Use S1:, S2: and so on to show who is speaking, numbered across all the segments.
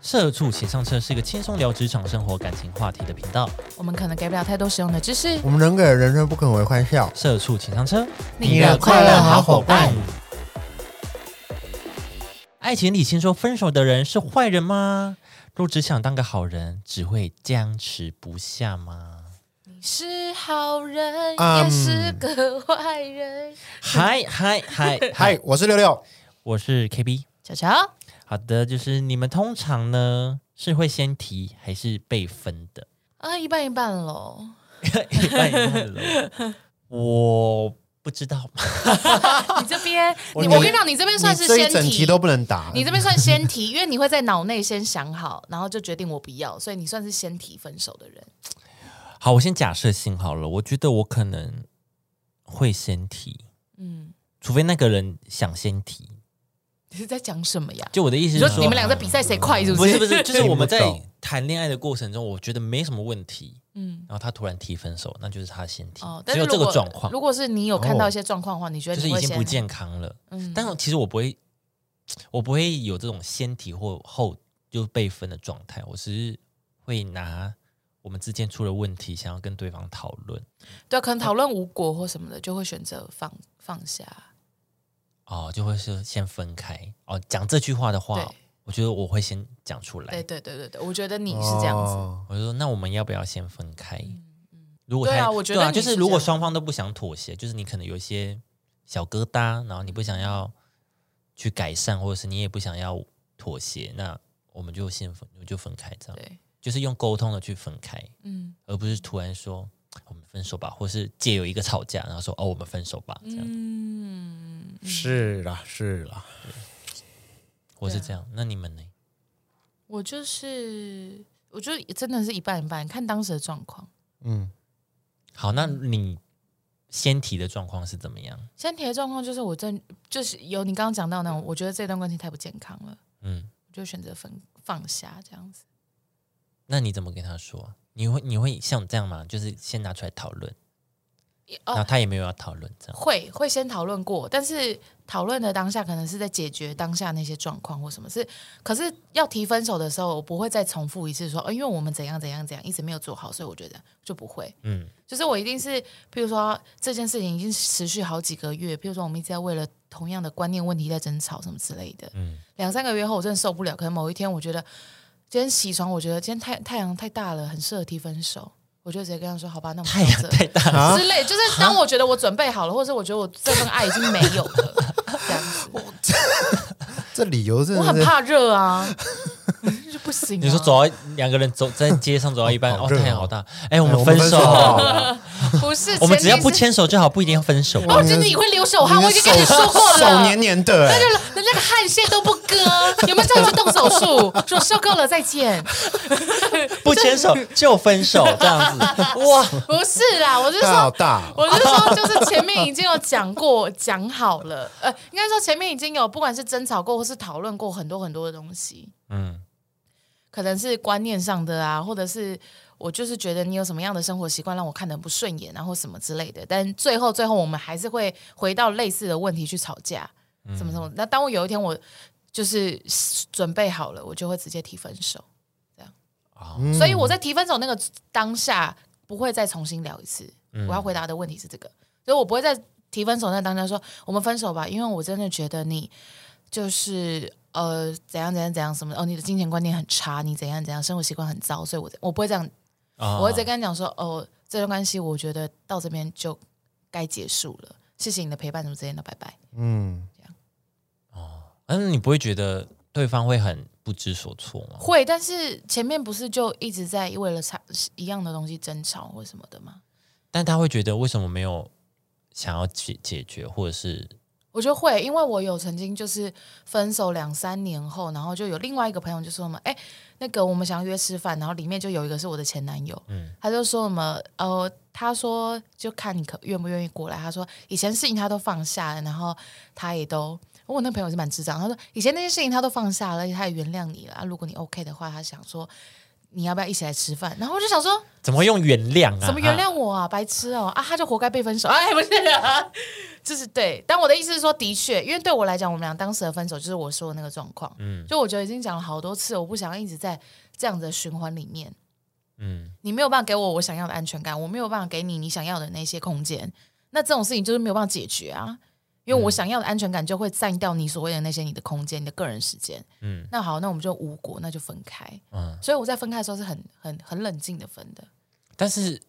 S1: 社畜写上车是一个轻松聊职场、生活、感情话题的频道。
S2: 我们可能给不了太多实用的知识。
S3: 我们能给人生不可为欢笑。
S1: 社畜请上车，
S3: 你的快乐好伙伴。
S1: 爱情里先说分手的人是坏人吗？若只想当个好人，只会僵持不下吗？
S2: 你是好人，
S3: 嗯
S2: 也是个坏人。
S1: 嗨 嗨嗨
S3: 嗨，，我是六六，
S1: 我是 KB。
S2: 巧巧，
S1: 好的，就是你们通常呢是会先提还是被分的？
S2: 啊，一半一半喽。
S1: 一半一半了， 我不知道。
S2: 你这边，
S3: 我
S2: 你
S3: 你
S2: 我跟你讲，你这边算是
S3: 你这
S2: 先
S3: 一整题
S2: 提，
S3: 都不能答。
S2: 你这边算先提，因为你会在脑内先想好，然后就决定我不要，所以你算是先提分手的人。
S1: 好，我先假设性好了，我觉得我可能会先提，
S2: 嗯，
S1: 除非那个人想先提。
S2: 你是在讲什么呀？
S1: 就我的意思
S2: 你
S1: 是
S2: 说
S1: 说，嗯
S2: 你们俩在比赛谁快，是
S1: 不
S2: 是？
S1: 是不 是，就是我们在
S3: 听不懂
S1: 谈恋爱的过程中，我觉得没什么问题，
S2: 嗯。
S1: 然后他突然提分手，那就是他先提，
S2: 哦，但
S1: 只有
S2: 是如
S1: 这个
S2: 果
S1: 状况，
S2: 如果是你有看到一些状况的话，你觉得
S1: 就是
S2: 你
S1: 已
S2: 会
S1: 经
S2: 先
S1: 不，健康了。
S2: 嗯
S1: 但是其实我不会，我不会有这种先提或后就被分的状态，我只是会拿我们之间出了问题，想要跟对方讨论。
S2: 对啊，可能讨论无果或什么的，就会选择放放下。
S1: 哦，就会是先分开哦。讲这句话的话
S2: 对，
S1: 我觉得我会先讲出
S2: 对
S1: 来。
S2: 对对对对，我觉得你是这样子，
S3: 哦
S1: 我就说，那我们要不要先分开？如果
S2: 嗯对啊
S1: 他
S2: 我觉得
S1: 对啊
S2: 你
S1: 就是是
S2: 这
S1: 如果
S2: 样
S1: 双方都不想妥协，就是你可能有一些小疙瘩，然后你不想要去改善，或者是你也不想要妥协，那我们就先分，我就分开这样，
S2: 对，
S1: 就是用沟通的去分开，
S2: 嗯
S1: 而不是突然说我们分手吧，或是借由一个吵架，然后说哦我们分手吧，这样，
S2: 嗯，
S3: 是啦是啦，
S1: 我是
S2: 对啊
S1: 这样。那你们呢？
S2: 我就是，我就真的是一半一半，看当时的状况。
S3: 嗯，
S1: 好，那你先提的状况是怎么样？
S2: 先提的状况就是我真就是有你刚刚讲到那种，我觉得这段关系太不健康了，
S1: 嗯，
S2: 我就选择分放下这样子。
S1: 那你怎么跟他说？你会你会像这样吗？就是先拿出来讨论，然后
S2: 哦，
S1: 他也没有要讨论，这样
S2: 会会先讨论过，但是讨论的当下可能是在解决当下那些状况或什么是，可是要提分手的时候，我不会再重复一次说，哦，因为我们怎样怎样怎样一直没有做好，所以我觉得就不会。
S1: 嗯，
S2: 就是我一定是，譬如说这件事情已经持续好几个月，譬如说我们一直在为了同样的观念问题在争吵什么之类的，
S1: 嗯
S2: 两三个月后我真的受不了，可能某一天我觉得今天起床，我觉得今天太太阳太大了，很适合提分手，我就直接跟他说好吧，那我们
S1: 太阳
S2: 到这
S1: 太大了，
S3: 啊
S2: 之类，就是当我觉得我准备好了，或者是我觉得我这份爱已经没有了，这样子，
S3: 这理由真
S2: 我
S3: 的
S2: 很
S3: 是哎
S2: 怕热啊，就不行、啊。
S1: 你说走到两个人走在街上走到一半，
S3: 好
S1: 哦
S3: 热哦
S1: 太阳好大，哎我
S3: 哎
S1: 们分手
S3: 好
S1: 好了，
S3: 了
S2: 不是，
S1: 我们
S2: 前提
S1: 只要不
S2: 是，
S1: 牵手就好，不一定要分手。
S2: 我觉得你会流手汗，我已经跟你说过了，
S3: 手黏黏的，哎
S2: 人家的汗腺都不割，有没有叫你去动手术？说受够了，再见。
S1: 不牵手就分手这 样子，哇，
S2: 不是啦，我是
S3: 太好
S2: 说，
S3: 大哦，
S2: 我是说，就是前面已经有讲过，讲好了，呃，应该说前面已经有不管是争吵过或是讨论过很多很多的东西，
S1: 嗯
S2: 可能是观念上的啊，或者是我就是觉得你有什么样的生活习惯让我看得不顺眼啊，然后什么之类的。但最后最后我们还是会回到类似的问题去吵架，什么什么。那当我有一天我就是准备好了，我就会直接提分手。
S3: 嗯
S2: 所以我在提分手那个当下不会再重新聊一次。
S1: 嗯
S2: 我要回答的问题是这个，所以我不会再提分手那当下说我们分手吧，因为我真的觉得你就是呃怎样怎样怎样什么哦，你的金钱观念很差，你怎样怎样生活习惯很糟，所以我我不会这样，
S1: 啊
S2: 我会直接跟他讲说哦，这段关系我觉得到这边就该结束了，谢谢你的陪伴，什么之类的，拜拜。
S3: 嗯，
S1: 嗯，你不会觉得对方会很不知所措吗？
S2: 会，但是前面不是就一直在为了差一样的东西争吵或什么的吗？
S1: 但他会觉得为什么没有想要解解决，或者是
S2: 我觉得会，因为我有曾经就是分手两三年后，然后就有另外一个朋友就说什么，哎，那个我们想要约吃饭，然后里面就有一个是我的前男友，
S1: 嗯
S2: 他就说什么，呃，他说就看你可愿不愿意过来，他说以前事情他都放下了，然后他也都，我那朋友是蛮智障，他说以前那些事情他都放下了，而且他也原谅你了，啊如果你 OK 的话，他想说。你要不要一起来吃饭？然后我就想说，
S1: 怎么会用原谅啊？
S2: 怎么原谅我啊，白痴哦啊，他就活该被分手。 哎，不是、啊，就是对。但我的意思是说，的确，因为对我来讲，我们俩当时的分手就是我说的那个状况。嗯，就我觉得已经讲了好多次，我不想要一直在这样子的循环里面。
S1: 嗯，
S2: 你没有办法给我我想要的安全感，我没有办法给你你想要的那些空间。那这种事情就是没有办法解决啊，因
S1: 嗯
S2: 为我想要的安全感就会占掉你所谓的那些你的空间、你的个人时间。
S1: 嗯
S2: 那好，那我们就无果，那就分开。
S1: 嗯，
S2: 所以我在分开的时候是很很很冷静的分的。
S1: 但是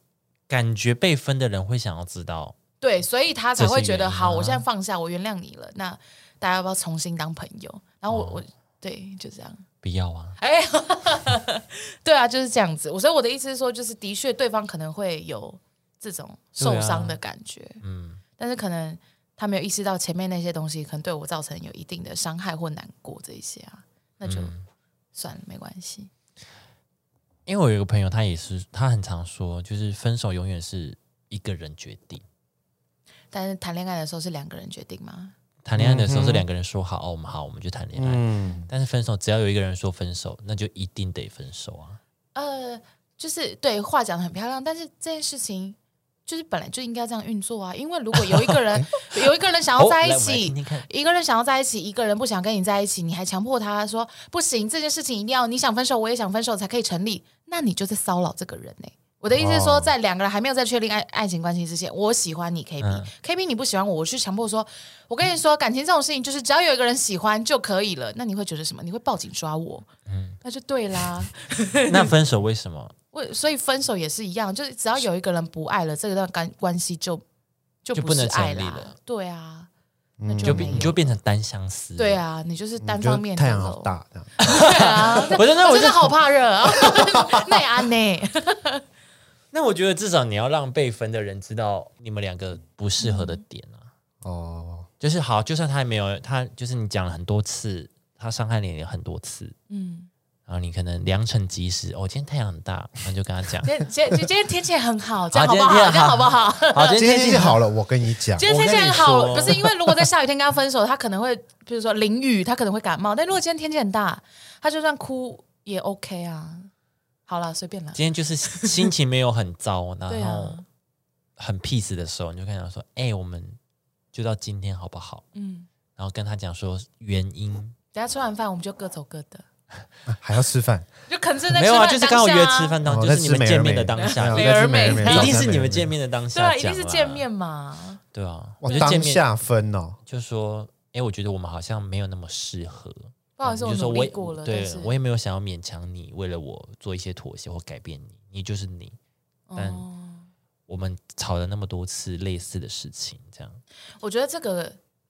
S1: 感觉被分的人会想要知道，
S2: 对，所以他才
S1: 这是
S2: 会觉
S1: 原
S2: 得
S1: 因
S2: 好，
S1: 啊
S2: 我现在放下，我原谅你了。那大家要不要重新当朋友？
S1: 哦
S2: 然后我、我对就这样，
S1: 不要啊，
S2: 哎， 对啊，就是这样子。我所以我的意思是说，就是的确对方可能会有这种
S1: 啊
S2: 受伤的感觉，
S1: 嗯
S2: 但是可能他没有意识到前面那些东西可能对我造成有一定的伤害或难过这一些啊，那就
S1: 嗯。
S2: 算了，没关系。
S1: 因为我有一个朋友，他也是，他很常说，就是分手永远是一个人决定。
S2: 但是谈恋爱的时候是两个人决定吗？
S1: 谈恋爱的时候是两个人说好，哦，我们好，我们就谈恋爱。
S3: 嗯，
S1: 但是分手，只要有一个人说分手，那就一定得分手啊。
S2: 呃，就是对话讲的很漂亮，但是这件事情就是本来就应该这样运作啊。因为如果有一个人 有一个人想要
S1: 哦
S2: 在
S1: 来
S2: 一
S1: 我们来
S2: 起
S1: 听，听看，
S2: 一个人想要在一起，一个人不想跟你在一起，你还强迫他说不行，这件事情一定要你想分手，我也想分手才可以成立，那你就在骚扰这个人呢、我的意思是说，
S3: 哦
S2: 在两个人还没有在确定爱爱情关系之前，我喜欢你 K B、
S1: 嗯
S2: K B 你不喜欢我，我去强迫说，我跟你说，感情这种事情就是只要有一个人喜欢就可以了。那你会觉得什么？你会报警抓我？
S1: 嗯
S2: 那就对啦。
S1: 那分手为什么？
S2: 为所以分手也是一样，就是只要有一个人不爱了，这段关关系就就
S1: 就
S2: 不
S1: 不
S2: 是
S1: 能成
S2: 爱
S1: 立
S2: 啦
S1: 了
S2: 对啊，
S3: 嗯
S2: 那
S1: 你
S2: 就
S1: 就
S2: 没
S1: 变
S2: 有
S1: 你就变成单相思。
S2: 对，啊，你就是单方面
S3: 你觉得太
S2: 的
S3: 阳
S2: 咯
S3: 好，大，这样
S2: 对啊，
S1: 我真的
S2: 我
S1: 我
S2: 真
S1: 就
S2: 的好怕热啊， 那也安呢，
S1: 那我觉得至少你要让被分的人知道你们两个不适合的点啊。
S3: 哦，
S1: 就是好，就算他也没有他，就是你讲了很多次，他伤害你很多次，
S2: 嗯。，
S1: 然后你可能良辰吉时，哦，今天太阳很大，然后就跟他讲
S2: 今天今天今天天气很好，这样
S1: 好
S2: 好不好？
S1: 今天天
S2: 这样好不好？
S1: 好，今天
S3: 今天天气
S1: 气
S3: 好了，我跟你讲，
S2: 今天天气很
S1: 我
S2: 好，
S1: 跟你
S2: 不
S1: 说
S2: 是因为如果在下雨天跟他分手，他可能会比如说淋雨，他可能会感冒。但如果今天天气很大，他就算哭也 OK 啊。好啦，随便啦。
S1: 今天就是心情没有很糟，
S2: 对
S1: 然后
S2: 啊，
S1: 很 peace 的时候，你就跟他说：“哎、我们就到今天好不好
S2: 嗯，？”
S1: 然后跟他讲说原因，
S2: 等一下吃完饭我们就各走各的。
S3: 还要吃饭，
S2: 就可能正在
S1: 没
S2: 吃
S1: 有啊，
S2: 饭
S1: 就是
S2: 当下啊
S1: 刚好约吃，饭当，
S3: 哦
S1: 就是你们见面的当
S3: 哎
S1: 下，
S3: 呀
S2: 美
S1: 一
S2: 而
S3: 在吃
S2: 美
S3: 美
S2: 对啊
S1: 定是你们见
S3: 面，
S1: 面的当
S2: 对啊，
S1: 下，
S2: 一定是见，面嘛。
S1: 对啊，我
S3: 哇
S1: 就见
S3: 当
S1: 面
S3: 下分哦，
S1: 就说：“哎、我觉得我们好像没有那么适合。”
S2: 不好意思，
S1: 啊嗯你
S2: 我
S1: 就说
S2: 努
S1: 我
S2: 力
S1: 也
S2: 过了，但
S1: 对
S2: 是
S1: 我也没有想要勉强你，为了我做一些妥协或改变你，你就是你。但
S2: 哦
S1: 我们吵了那么多次类似的事情，这样
S2: 我觉得这个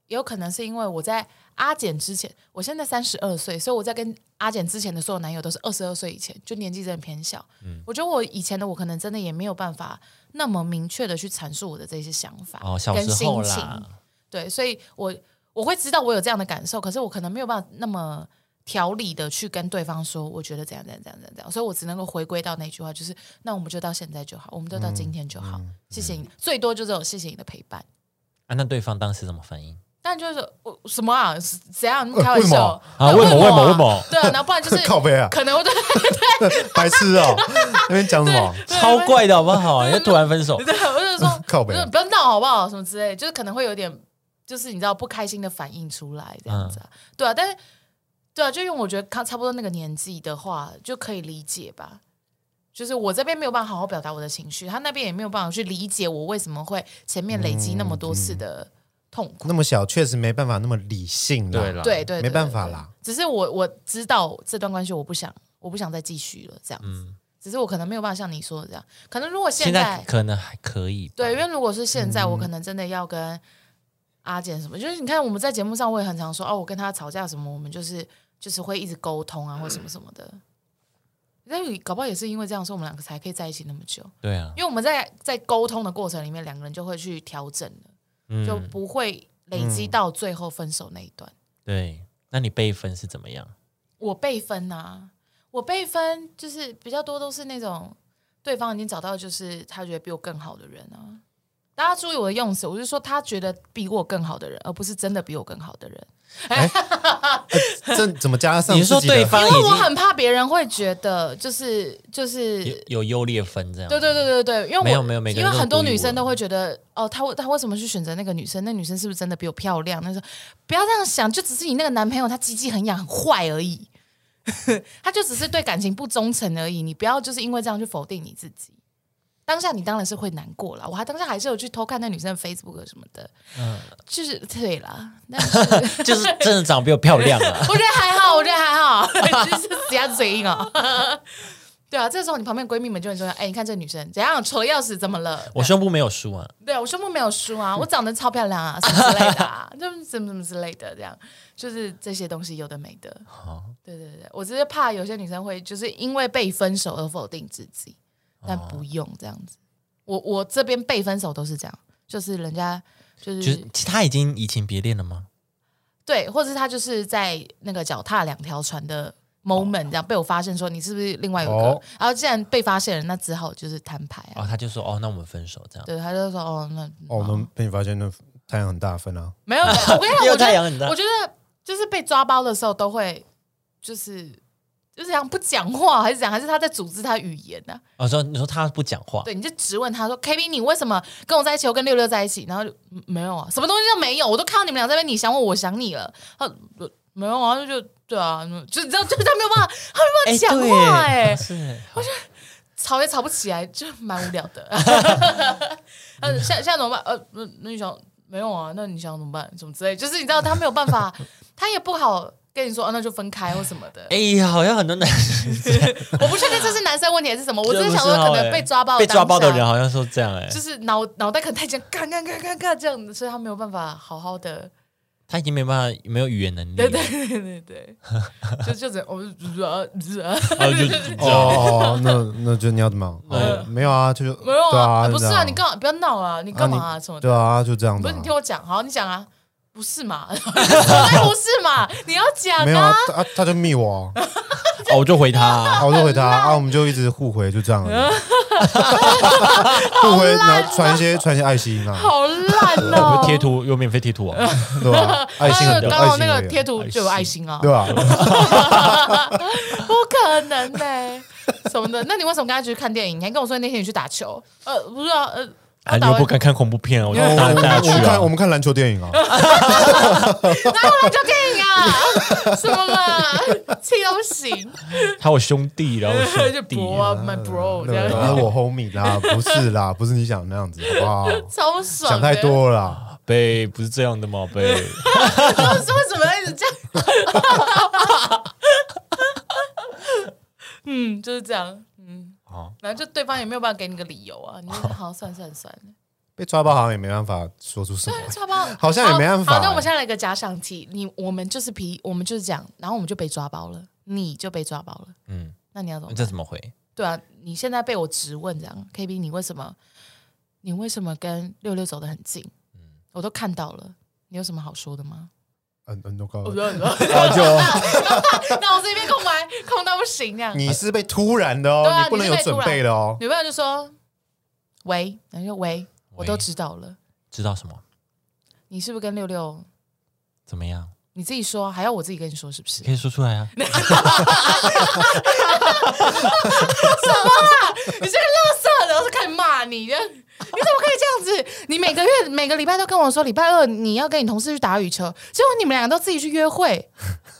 S2: 也有可能是因为我在阿简之前，我现在三十二岁，所以我在跟阿简之前的所有男友都是二十二岁以前，就年纪真的偏小。
S1: 嗯
S2: 我觉得我以前的我可能真的也没有办法那么明确的去阐述我的这些想法
S1: 哦，小
S2: 跟
S1: 时
S2: 心
S1: 候
S2: 情。
S1: 啦，
S2: 对，所以我我会知道我有这样的感受，可是我可能没有办法那么条理的去跟对方说，我觉得怎样怎样怎样怎样怎样，所以我只能够回归到那句话，就是那我们就到现在就好，我们就到今天就好，谢谢你，最多就只有谢谢你的陪伴。
S1: 啊，那对方当时怎么反应？
S2: 但就是我什么啊？是怎样？
S3: 呃
S2: 开玩
S3: 为什
S2: 笑
S3: 么
S1: 啊
S2: 对
S1: 为什么
S2: 啊
S1: 为什么为什么
S2: 对啊，然后不 然就是
S3: 靠背啊，
S2: 可 能我对
S3: 白 痴哦，那边讲什么？
S1: 超怪的好不好？人家突然分手，
S2: 对，我就说
S3: 哦 靠啊
S2: 我
S3: 背
S2: 就不要闹好不好？什么之类，就是可能会有点，就是你知道不开心的反应出来这样子啊，
S3: 嗯
S2: 对啊，但是对啊，就因为我觉得差差不多那个年纪的话，就可以理解吧。就是我这边没有办法好好表达我的情绪，他那边也没有办法去理解我为什么会前面累积那么多
S3: 嗯
S2: 次的痛苦。
S3: 那么小确实没办法那么理性啦，
S1: 对啦
S2: 对对，对
S3: 啊没办法啦。
S2: 对只是我我知道这段关系我不想，我不想再继续了，这样子。
S3: 嗯
S2: 只是我可能没有办法像你说的这样，可能如果
S1: 现
S2: 现
S1: 在
S2: 在
S1: 可能还可以吧，
S2: 对，因为如果是现在，我可能真的要跟阿简什么，就是你看我们在节目上，我也很常说哦，我跟他吵架什么，我们就是就是会一直沟通啊，或什么什么的。那搞不好也是因为这样，所以我们两个才可以在一起那么久，
S1: 对啊
S2: 因，为我们在在沟通的过程里面，两个人就会去调整了，
S1: 嗯，
S2: 就不会累积到最后分手那一段。
S1: 对。那你被分是怎么样？
S2: 我被分啊，我被分就是比较多都是那种对方已经找到就是他觉得比我更好的人啊，大家注意我的用词，我是说他觉得比我更好的人，而不是真的比我更好的人。
S3: 这怎么加上
S1: 你
S3: 自己
S1: 说
S3: 的？
S1: 对方已
S2: 因为我
S1: 经
S2: 很怕别人会觉得，就是就是，
S1: 有有优劣分这样，
S2: 对对对对对，因为我
S1: 没有没有每个
S2: 因
S1: 人
S2: 为
S1: 都
S2: 很多
S1: 独一
S2: 女
S1: 无
S2: 生
S1: 二
S2: 都会觉得，哦，她她为什么去选择那个女生？那女生是不是真的比我漂亮？那说不要这样想，就只是你那个男朋友他鸡鸡很痒很坏而已， 他就只是对感情不忠诚而已。你不要就是因为这样去否定你自己。当下你当然是会难过了，我还当下还是有去偷看那女生的 Facebook 什么的，就是对啦，但是
S1: 嗯 就是真的长得比我漂亮啊。
S2: 我觉得还好，我觉得还好，就是死鸭嘴硬哦。 对啊，这时候你旁边闺蜜们就会说：“哎、你看这女生怎样，丑的要死，怎么了？”
S1: 我嗯胸部没有输啊，
S2: 对我胸部没有输啊，我长得超漂亮啊，什么之类的啊， 就是怎么怎么之类的，这样就是这些东西有的没的。对对对，我只是怕有些女生会就是因为被分手而否定自己，但不用这样子。我我这边被分手都是这样，就是人家就是、
S1: 就是他已经移情别恋了吗？
S2: 对，或者是他就是在那个脚踏两条船的 moment 这样被我发现说你是不是另外有个，
S3: 哦
S2: 然后既然被发现了，那只好就是摊牌啊。
S1: 哦，他就说哦，那我们分手这样。
S2: 对，他就说哦，那
S3: 哦，我们被你发现那太阳很大分啊，
S2: 没有，没有我跟你 讲，
S1: 又
S2: 我觉
S1: 太阳很
S2: 得，
S1: 大
S2: 我觉得就是被抓包的时候都会，就是就是这样不讲话，还是讲，还是他在组织他语言啊呢、
S1: 哦，说你说他不讲话，
S2: 对，你就质问他说：“K B，你为什么跟我在一起，我跟六六在一起？”然后就嗯没有啊，什么东西都没有，我都看到你们俩在那边，你想我，我想你了。他呃没有啊，就对啊，就这样，就他没有办法，他没有办法
S1: 对
S2: 讲话、哎、
S1: 哦是
S2: 吵也吵不起来，就蛮无聊的。 呃，现在现在怎么办？呃，那那你想没有啊？那你想怎么办？什么之类，就是你知道他没有办法，他也不好跟你说，啊、那就分开或什么的。
S1: 哎呀，好像很多男生
S2: 我不确定这是男生问题还是什 么，我只
S1: 真
S2: 是
S1: 的
S2: 想
S1: 不
S2: 说，
S1: 知道
S2: 可能
S1: 欸
S2: 被抓包
S1: 被抓包的
S2: 当下
S1: 人好像说这样哎、
S2: 就是脑脑袋可能太紧，嘎嘎嘎嘎嘎这样子，所以他没有办法好好的，
S1: 他已经没办法没有语言能力了，
S2: 对对对对对，就就这样，我就呃呃
S1: 然后就就
S3: 哦哦，哦那那就你要 怎么样？哦，没有啊，就是
S2: 没有
S3: 对
S2: 啊，
S3: 啊，
S2: 不是
S3: 就这
S2: 啊，
S3: 样
S2: 你干嘛不要闹啊，你干嘛
S3: 啊
S2: 啊
S3: 你
S2: 什么的，
S3: 对啊，就这样
S2: 不
S3: 的
S2: 是
S3: 啊
S2: 你，听我讲，好，你讲啊，不是嘛，哎不是嘛，你要讲
S3: 没有
S2: 啊
S3: 啊，，他啊他就密 我啊，
S1: 哦，我就回他、
S3: 啊我就回他啊，我们就一直互回，就这样而已， 互回，
S2: 啊
S3: 然后传一些传一些爱心啊，
S2: 好烂
S1: 我
S2: 哦
S1: 就，贴图，有免费贴图啊，
S3: 对吧？爱心
S2: 他那个
S3: 很多，
S2: 刚
S3: 爱
S2: 好
S3: 心
S2: 那
S3: 而
S2: 个
S3: 已啊
S2: 贴图就有爱心啊，
S3: 对吧？
S2: 不可能呢、什么的，那你为什么跟他去看电影？你还跟我说那天你去打球，呃，不是啊，呃，
S1: 啊，你
S2: 打
S1: 又
S2: 完哦
S1: 不敢看恐怖片啊，我就
S3: 我
S1: 当然
S3: 们
S1: 带他
S3: 我们
S1: 去
S3: 看我
S1: 啊。
S3: 们看篮球电影啊，
S2: 哪有篮球电影啊？什么嘛，气都不行，
S1: 还有兄弟，然后兄
S2: 就
S1: 弟
S2: bro 啊，my bro 这
S3: 对啊，
S2: 样，
S3: 我 homie 啦，不是啦， 不是你想那样子，好不好？
S2: 超爽。
S3: 想太，多了啦。
S1: 贝不是这样的吗？ 贝，
S2: 就是为什么要一直这样？ 嗯，就是这样，嗯
S1: 好，
S2: 然后就对方也没有办法给你个理由啊，你就说好算算算了。
S3: 被抓包好像也没办法说出 什么。
S2: 抓包
S3: 好像也没办法
S2: 好，
S3: 欸
S2: 那我们现在来个假想题，你我们就是皮，我们就是这样，然后我们就被抓包了，你就被抓包了，
S1: 嗯，
S2: 那你要怎么办？
S1: 这怎么回？
S2: 对啊，你现在被我质问这样，K B，你为什么？你为什么跟六六走得很近？我都看到了，你有什么好说的吗？
S3: 嗯嗯，都搞
S2: 我不知道，脑子
S3: 就
S2: 一片空白，空到不行这样。
S3: 你是被突然的哦
S2: 对，啊
S3: 你不能有准备的哦。
S2: 女朋友就说：“喂，然后就喂，我都知道了，
S1: 知道什么？
S2: 你是不是跟六六？
S1: 怎么样？
S2: 你自己说，还要我自己跟你说是不 是
S1: 你？可以说出来啊！
S2: 啊你这个垃圾，然后就开始骂你，这样你怎么可以这样子？你每个月每个礼拜都跟我说礼拜二你要跟你同事去打羽球，结果你们两个都自己去约会，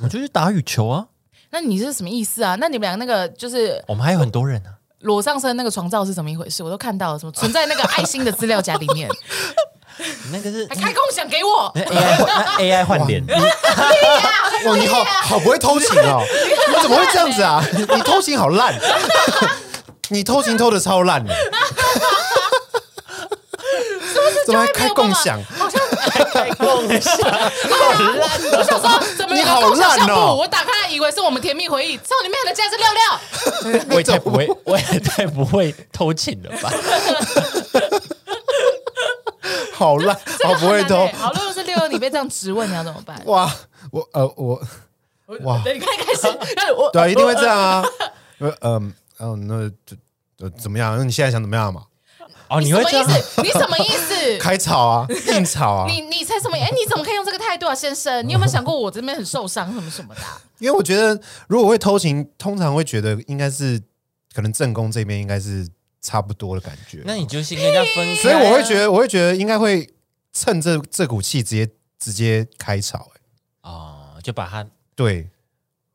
S1: 我就去打羽球啊，
S2: 那你是什么意思啊？那你们俩那个就是
S1: 我们还有很多人 啊。
S2: 裸上身那个床照是怎么一回事？我都看到了，什么存在那个爱心的资料夹里 面，哎
S1: 你那个是
S2: 还开共享给我，
S1: 那 AI 换 AI 换脸，
S3: 哦，你好好不会偷情哦， 你怎么会这样子啊？你偷情好烂， 你偷情偷的超烂的，怎么还开共 享？
S2: 好像我 想说，怎么有个共享相
S3: 你好烂哦
S2: 簿？我打开来以为是我们甜蜜回忆，操你妹哦的，竟然是六六！
S1: 我也太不会，我也太不会偷情了吧？
S3: 好烂，好不会
S2: 真的
S3: 偷
S2: 很难欸好，如果是六六，你被这样质问，你要怎么 办？
S3: 哇！我呃我哇
S2: 对，你看开始，哎我
S3: 对啊，一定会 这样啊。呃嗯哦，那就呃怎么样？那你现在想怎么样嘛？
S1: 哦，你
S2: 什
S1: 会
S2: 么
S1: 这
S2: 意
S1: 样？
S2: 思？你什么意思？
S3: 开吵 啊，硬吵啊，
S2: 你你才什么？哎、你怎么可以用这个态度啊，先生？你有没有想过我这边很受伤什么什么的啊、
S3: 因为我觉得如果会偷情，通常会觉得应该是可能正宫这边应该是差不多的感觉，
S1: 那你就先跟人家分开啊，
S3: 所以我会觉得，我会觉得应该会趁这这股气直接直接开吵、欸，
S1: 哦，就把他
S3: 对，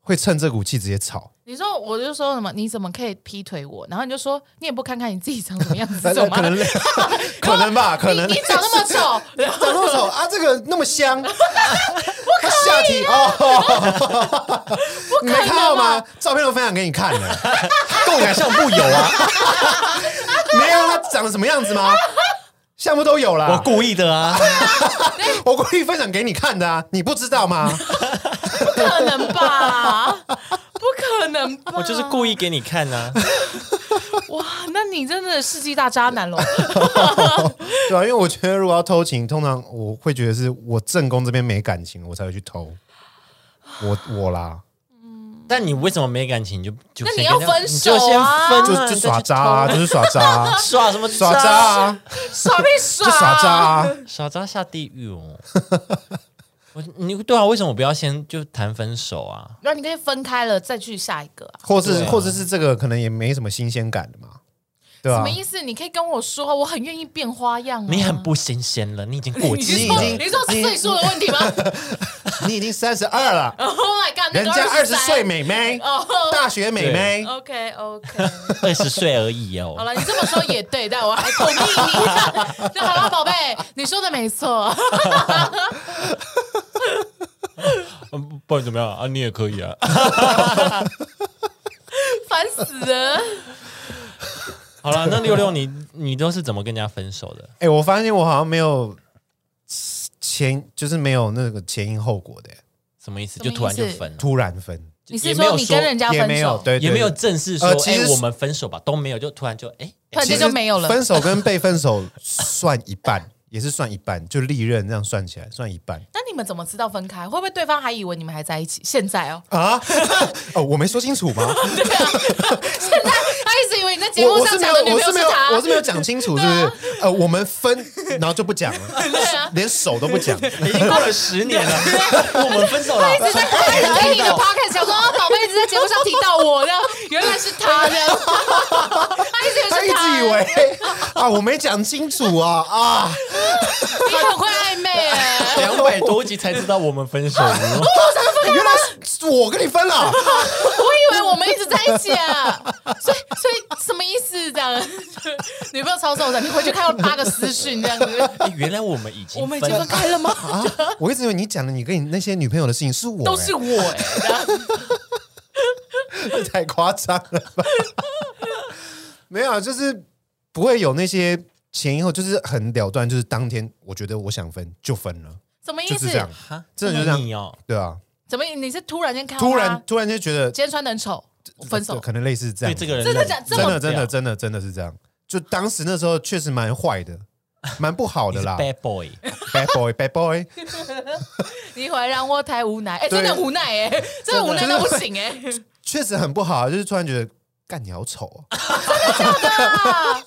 S3: 会趁这股气直接吵，
S2: 你说我就说什么？你怎么可以劈腿我？然后你就说你也不看看你自己长什么样子，
S3: 可
S2: 怎么
S3: 能可能吧，可能
S2: 你你长那么丑，然后
S3: 长那么丑 啊，这个那么香，他下体哦， 你没看到吗？照片都分享给你看 了，共感相簿有 啊，没有他长得什么样子吗？项目都有啦，
S1: 我故意的啊，
S3: 我故意分享给你看的啊，你不知道 吗？
S2: 不可能吧？不可能吧？
S1: 我就是故意给你看啊。
S2: 哇，那你真的世纪大渣男 喽！
S3: 对啊，因为我觉得如果要偷情，通常我会觉得是我正宫这边没感情，我才会去偷。我我啦，
S1: 但你为什么没感情就就
S2: 那你
S1: 先
S2: 要
S1: 跟他
S2: 分
S1: 你
S2: 手
S1: 就先
S2: 啊
S1: 分
S3: 就
S1: 了
S3: 就
S1: 你再
S3: 耍
S1: 去
S3: 渣、啊，
S1: 偷，
S3: 就是耍渣、啊
S1: 耍什么
S3: 耍渣、啊，
S2: 耍屁耍，
S3: 就耍渣、啊。
S1: 耍渣下地狱哦！ 我你对啊，为什么不要先就谈分手啊？
S2: 然后你可以分开了再去下一个啊？
S3: 或是、
S1: 对啊
S3: 或者是这个可能也没什么新鲜感的嘛，对吧、啊
S2: 什么意思？你可以跟我说，我很愿意变花样、啊。
S1: 你很不新鲜了，你已经过
S2: 你
S1: 期
S2: 是
S3: 已
S2: 说
S1: 了
S3: 经。
S2: 你是说岁数的问 题吗
S3: 你已经三十二 了，
S2: ？Oh my god！那
S3: 人
S2: 个
S3: 家二十岁
S2: 23
S3: 美眉，
S2: 哦。
S3: 大学美眉，
S2: OK OK，
S1: 二十岁而已 哦
S2: 好。了，你这么说也对，但我还同意你。 那好了，宝贝，你说的没错。
S1: 嗯不然怎么样啊？你也可以啊。
S2: 烦死了！
S1: 好了，那六六你你都是怎么跟人家分手的？
S3: 哎、我发现我好像没有前，就是没有那个前因后果的，
S1: 什么意思？
S2: 什
S1: 就
S2: 么意思
S1: 突然就分了，
S3: 突然分
S2: 你
S1: 也
S2: 是
S1: 没有
S2: 说你跟人家
S3: 也
S2: 分
S3: 没有，
S2: 手，
S3: 对
S1: 也没有
S3: 对
S1: 正式说
S3: 呃其实
S1: 哎
S3: 是
S1: 我们分手吧，都没有，就突然就 哎
S2: 突然
S3: 其
S2: 间
S3: 实
S2: 就没有了？
S3: 分手跟被分手 算一半，也是算一半，就历任这样算起来算一半
S2: 那你们怎么知道分开？会不会对方还以为你们还在一起？现在哦，
S3: 啊。 哦，我没说清楚 吗？
S2: 现在他一直以为你在节
S3: 我
S2: 目
S3: 我是
S2: 上
S3: 没
S2: 讲的
S3: 有，
S2: 女朋
S3: 我
S2: 友
S3: 是没有，
S2: 他，
S3: 我是没有讲清楚，是不是？ 呃，我们分，然后就不讲了，
S2: 对啊，
S3: 连手都不讲。
S1: 已经过了十年了，我们分手 了。
S2: 一直在他听你的 podcast，想说啊，宝贝一直在节目上提到我，这样原来是他这样， 他一直以
S3: 他
S2: 为
S3: 一
S2: 是他，欸
S3: 直以为啊，我没讲清楚啊 啊！
S2: 你很会暧昧哎，
S1: 两百多集才知道我们分手，
S3: 原来是我跟你分
S2: 我
S3: 了，
S2: 以为我们一直在一起啊，所以所以什么意思这样？女朋友超受伤，你回去看到八个私讯这样子，
S1: 哎原来我们已经
S2: 我们已
S1: 分
S2: 经分
S1: 了。
S2: 开了吗？
S3: 我一直以为你讲的你跟你那些女朋友的事情是我、
S2: 都是我哎、这样
S3: 欸 太夸张了吧？没有，啊，就是不会有那些前因后，就是很了断，就是当天我觉得我想分就分了，
S2: 什么意
S3: 就是
S2: 思
S3: 这？样，
S1: 哈
S3: 真的就这样
S1: 你哦，
S3: 对啊，
S2: 怎么你是突然间看到他
S3: 突然突然就觉得
S2: 今天穿的很丑，分手？
S3: 可能类似这
S1: 对
S3: 样，
S1: 这个人
S2: 真的假这
S3: 真
S2: 么
S3: 的真的真的真的是这样，就当时那时候确实蛮坏的，蛮不好
S1: 你
S3: 的
S1: 是
S3: 啦
S1: bad boy，
S3: ，bad boy bad boy。
S2: 你回来让我太无奈，哎、
S3: 对
S2: 真的无奈哎、真的无奈
S3: 真的
S2: 到不行哎、
S3: 确实很不好，啊就是突然觉得干你好丑、 哦，
S2: 啊！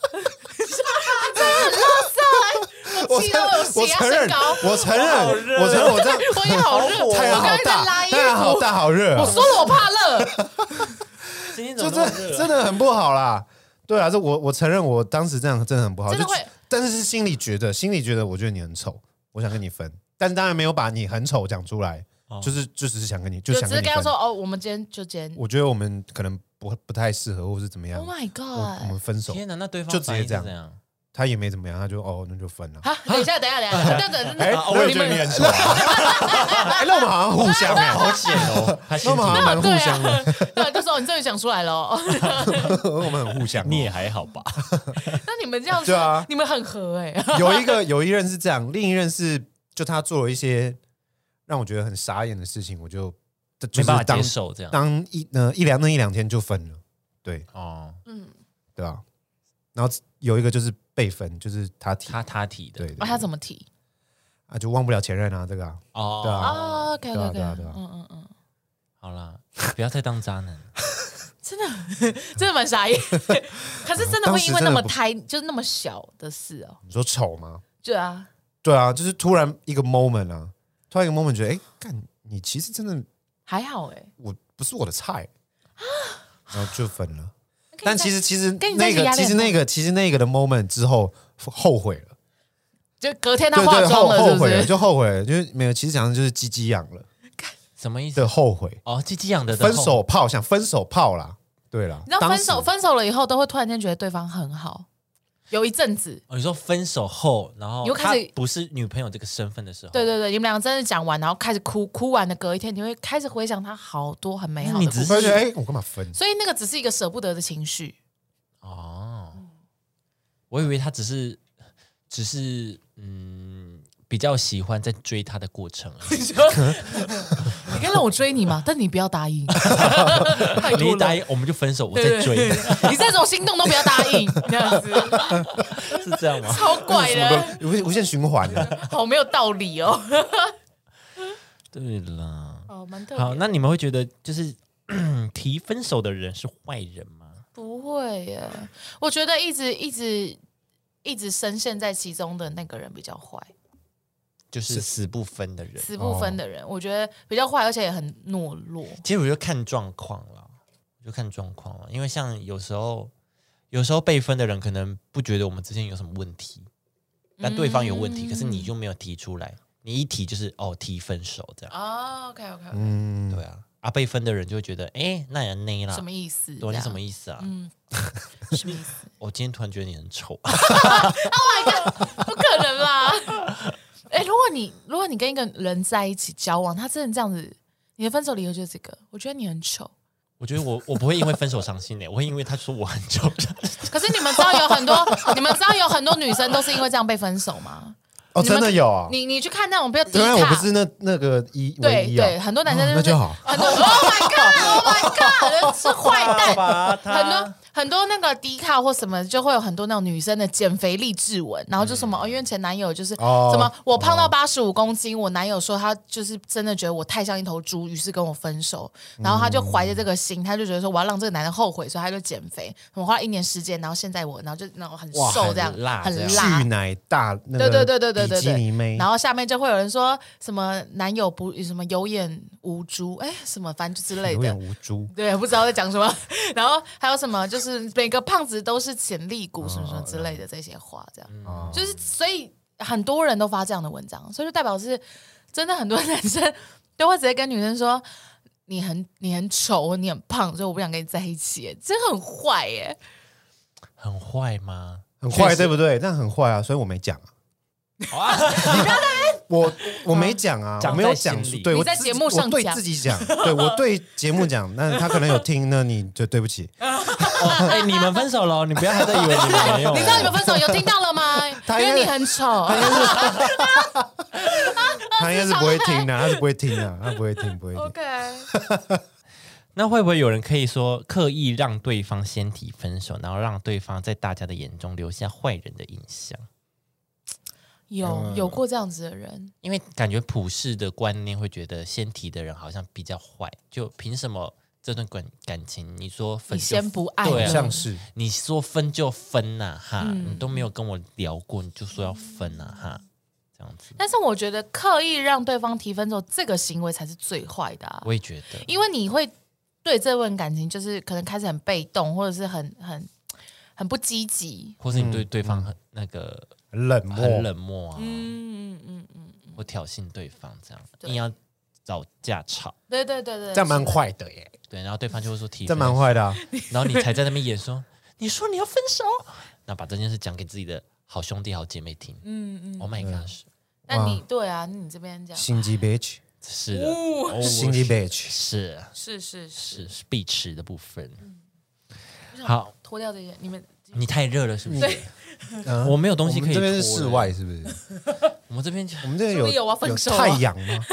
S2: 真的很热
S3: 我承
S2: 色，
S3: 我
S2: 我气到有血压
S3: 承认
S2: 升高，，
S3: 我承
S1: 好
S3: 认，
S1: 热啊
S3: 我承认我这样
S2: 我也好热，
S1: 好火
S2: 我
S3: 太阳
S2: 刚
S3: 好
S2: 才在
S3: 大
S2: 拉，衣
S3: 太阳好
S2: 服，
S3: 大好热、
S2: 我
S3: 哦，
S2: 说了我怕热，
S1: 今天怎
S3: 就
S1: 么
S3: 这
S1: 那么热啊
S3: 真的很不好啦。对啊，这我我承认，我当时这样真的很不好，
S2: 真的
S3: 就
S2: 会
S3: 但是是心里觉得，心里觉得我觉得你很丑，我想跟你分，但当然没有把你很丑讲出来，
S1: 哦
S3: 就是就只是想跟你，就
S2: 就
S3: 想
S2: 只
S3: 跟
S2: 是跟他
S3: 你分
S2: 说。哦，我们今天就今天。
S3: 我觉得我们可能不不太适合，或是怎么样
S2: Oh，my
S3: 我我
S2: god！
S3: 们分手，
S1: 天哪，那对方
S3: 就直接
S1: 反应是
S3: 这样
S1: 怎样？
S3: 他也没怎么样，他就哦那就分了。
S2: 啊，等一下，等一下，等一下，等
S3: 哎
S2: 等，
S1: 啊，我也觉得你 很丑啊，
S3: 哎，那我们好像互相哎，
S1: 好贱哦，他心
S3: 那我们好像
S1: 情
S3: 蛮互
S2: 对
S3: 相的，
S2: 啊， 对，就说你终于讲出来了哦。
S3: 我们很互相哦。
S1: 你也啊还好吧？
S2: 那你们这样子
S3: 对啊，
S2: 你们很合哎。
S3: 有一个有一任是这样，另一任是就他做了一些让我觉得很傻眼的事情，我就
S1: 没
S3: 就是
S1: 办法
S3: 当
S1: 接受这样。
S3: 当一呃一两那一两天就分了，对
S1: 哦，
S2: 嗯，
S3: 对啊。然后有一个就是被分，就是他提
S1: 他他提的，
S3: 对对
S2: 那哦他怎么提？
S3: 啊就忘不了前任啊，这个啊
S1: 哦，
S3: 对啊
S2: 啊，OK
S3: 对啊
S2: OK，
S3: 对啊对啊
S2: 嗯嗯嗯，
S1: 好啦，不要再当渣男，
S2: 真的真的 蛮傻眼。可是真的会因为那么胎，就是那么小的事哦。
S3: 你说丑吗？
S2: 对啊，
S3: 对啊，就是突然一个 moment 啊，突然一个 moment 觉得，哎，干，你其实真的
S2: 还好哎、
S3: 我不是我 的菜，然后就分了。
S2: 那可以
S3: 但
S2: 再
S3: 其实其实
S2: 跟你在一
S3: 那
S2: 起压力
S3: 个其实
S2: 很大
S3: 那个其实那个的 moment 之后后悔了，
S2: 就隔天他
S3: 对
S2: 化
S3: 对，
S2: 妆
S3: 后
S2: 了，是
S3: 后
S2: 不
S3: 悔了
S2: 是？
S3: 就后悔了，就是没有，其实讲的就是鸡鸡痒了
S1: 什么意思
S3: 的？后悔，
S1: 哦，鸡鸡养的
S3: 分手炮想分手炮啦，对啦，
S2: 你知道分手
S3: 当时
S2: 分手了以后，都会突然间觉得对方很好，有一阵子。
S1: 哦，你说分手后，然后
S2: 你又开始
S1: 她不是女朋友这个身份的时候，
S2: 对对对，你们两个真的讲完，然后开始哭，哭完的隔一天，你会开始回想他好多很美好
S1: 那你
S2: 的
S1: 只
S2: 故
S1: 是
S2: 事，
S3: 我会觉得哎，我干嘛分？
S2: 所以那个只是一个舍不得的 情绪。
S1: 哦，我以为他只是只是嗯比较喜欢在追她的过程而 已，
S2: 你可以让我追你吗？但你不要 答应，太
S1: 你
S2: 多
S1: 一答
S2: 了。
S1: 应我们就分手，我
S2: 对
S1: 在
S2: 对对
S1: 追，
S2: 对你这种心动都不要答应，这样 子
S1: 是这样 吗？
S2: 超怪的，
S3: 无无限循环 啊的，
S2: 好没有道理哦。
S1: 对啦，
S2: 哦，蛮特
S1: 好，
S2: 别。
S1: 那你们会觉得就是 提分手的人是坏人吗？
S2: 不会耶，我觉得一直一直一直深陷在其中的那个人比较坏，
S1: 就是死不分的人，
S2: 死不分的人，
S1: 哦
S2: 我觉得比较坏，而且也很懦弱。
S1: 其实我就看状况了，我就看状况了，因为像有时候，有时候被分的人可能不觉得我们之间有什么问题，但对方有问题，
S2: 嗯
S1: 可是你就没有提出来，你一提就是哦提分手这样，
S2: 哦，OK OK，
S3: 嗯，
S1: 对啊，啊被分的人就会觉得哎那也那啦
S2: 什，么意思？
S1: 对啊，你什么
S2: 意
S1: 意思啊？
S2: 嗯，什么意思？
S1: 我今天突然觉得你很丑，
S2: 不可能啦！哎、如果你如果你跟一个人在一起交往，他真的这样子，你的分手理由就是这个，我觉得你很丑。
S1: 我觉得我我不会因为分手伤心的，我会因为他说我很丑 伤心。
S2: 可是你们知道有很多， 你们知道有很多女生都是因为这样被分手吗？
S3: 哦，
S2: 你们
S3: 真的有啊，
S2: 你你去看那种比较低
S3: 当然我不
S2: 卡，
S3: 是那那个一唯
S2: 对
S3: 一啊，
S2: 对，很多男生
S3: 哦
S2: 就是
S3: 那就好，
S2: 很多 Oh my God，Oh my God，是坏蛋，
S1: 吧，
S2: 很多很多那个低卡或什么，就会有很多那种女生的减肥励志文，然后就什么、哦，因为前男友就是、
S3: 嗯哦
S2: 什么我胖到八十五公斤，我男友说他就是真的觉得我太像一头猪，于是跟我分手，然后他就怀着这个心，他就觉得说我要让这个男人后悔，所以他就减肥，我花了一年时间，然后现在我然后就然后很
S1: 哇
S2: 瘦这样，
S1: 很辣这
S2: 很
S1: 样
S2: 辣
S3: 巨。奶大那
S2: 对
S3: 个
S2: 对对对对对
S3: 比基
S2: 对，
S3: 尼妹
S2: 然，后下面就会有人说什么男友不什么有眼无珠，哎，什么反正之类
S3: 有
S2: 的
S3: 点，无珠。
S2: 对，不知道在讲什么。 然后还有什么，就是每个胖子都是潜力股什么什么之类的这些话，这样、
S3: 哦
S2: 就是，所以很多人都发这样的文章，所以就代表是真的很多男生都会直接跟女生说。你很你很丑，你很胖，所以我不想跟你在一起，真很坏耶！
S1: 很坏吗？
S3: 很坏，对
S1: 不
S3: 不对？但很坏啊，所以我没讲啊。 我我没讲啊，
S1: 讲
S3: 我没有
S1: 在心
S3: 讲
S1: 里
S3: 出，对
S2: 你
S3: 我
S2: 在
S3: 自
S2: 节
S3: 己
S2: 目上
S3: 我对
S2: 讲
S3: 自己讲，对我 对节目讲，那他可能有听，那你就对不起，
S1: 哎，你们分手了，你不要还在以为你们没有。
S2: 你知道你们分手有听到了吗？因
S3: 哦 他应该
S2: 为你很丑，
S3: 他应该是不会听的，他是不会听的，他不会听，不会听。
S1: 那会不会有人可以说刻意让对方先提分手，然后让对方在大家的眼中留下坏人的印象？
S2: 有有过这样子的人，
S1: 因为感觉普世的观念会觉得先提的人好像比较坏，就凭什么这段感感情你说分
S2: 你
S1: 就
S2: 先不爱
S1: 对
S2: 了，
S1: 啊
S3: 像是
S1: 你说分就分呐、哈，
S2: 嗯
S1: 你都没有跟我聊过，你就说要分呐、哈，这样子，
S2: 但是我觉得刻意让对方提分手这个行为才是最坏的、啊，
S1: 我也觉得
S2: 因为你会对这份感情就是可能开始很被动，或者是很很很不积极。
S1: 或是你对对方很、那个
S3: 冷漠，
S1: 很冷漠啊，
S2: 嗯嗯嗯嗯，
S1: 或挑衅对方这样，
S2: 对
S1: 硬要找架吵，
S2: 对对对对，
S3: 这样蛮坏的耶，
S1: 对，然后对方就会说提
S3: 这
S1: 分
S3: 样蛮坏的啊。
S1: 然后你才在那边演说，你说你要分手，那把这件事讲给自己的好兄弟、好姐妹听。
S2: 嗯嗯。
S1: Oh my gosh，
S2: 那你对啊，你这边讲
S3: 心 机 bitch，
S1: 是的，哦
S3: 心机 bitch，
S1: 是
S2: 是是是，
S1: 是是必吃的部分。
S2: 嗯
S1: 好，
S2: 脱掉这些，你们
S1: 你太热了是不是
S2: 对？
S3: 嗯
S1: 我没有东西
S3: 我
S1: 可以
S3: 们这
S1: 脱了。
S3: 边是室外，是不是？
S1: 我们这边就
S3: 我 们这边
S2: 所以有
S3: 有
S2: 啊分手啊
S3: 太阳吗？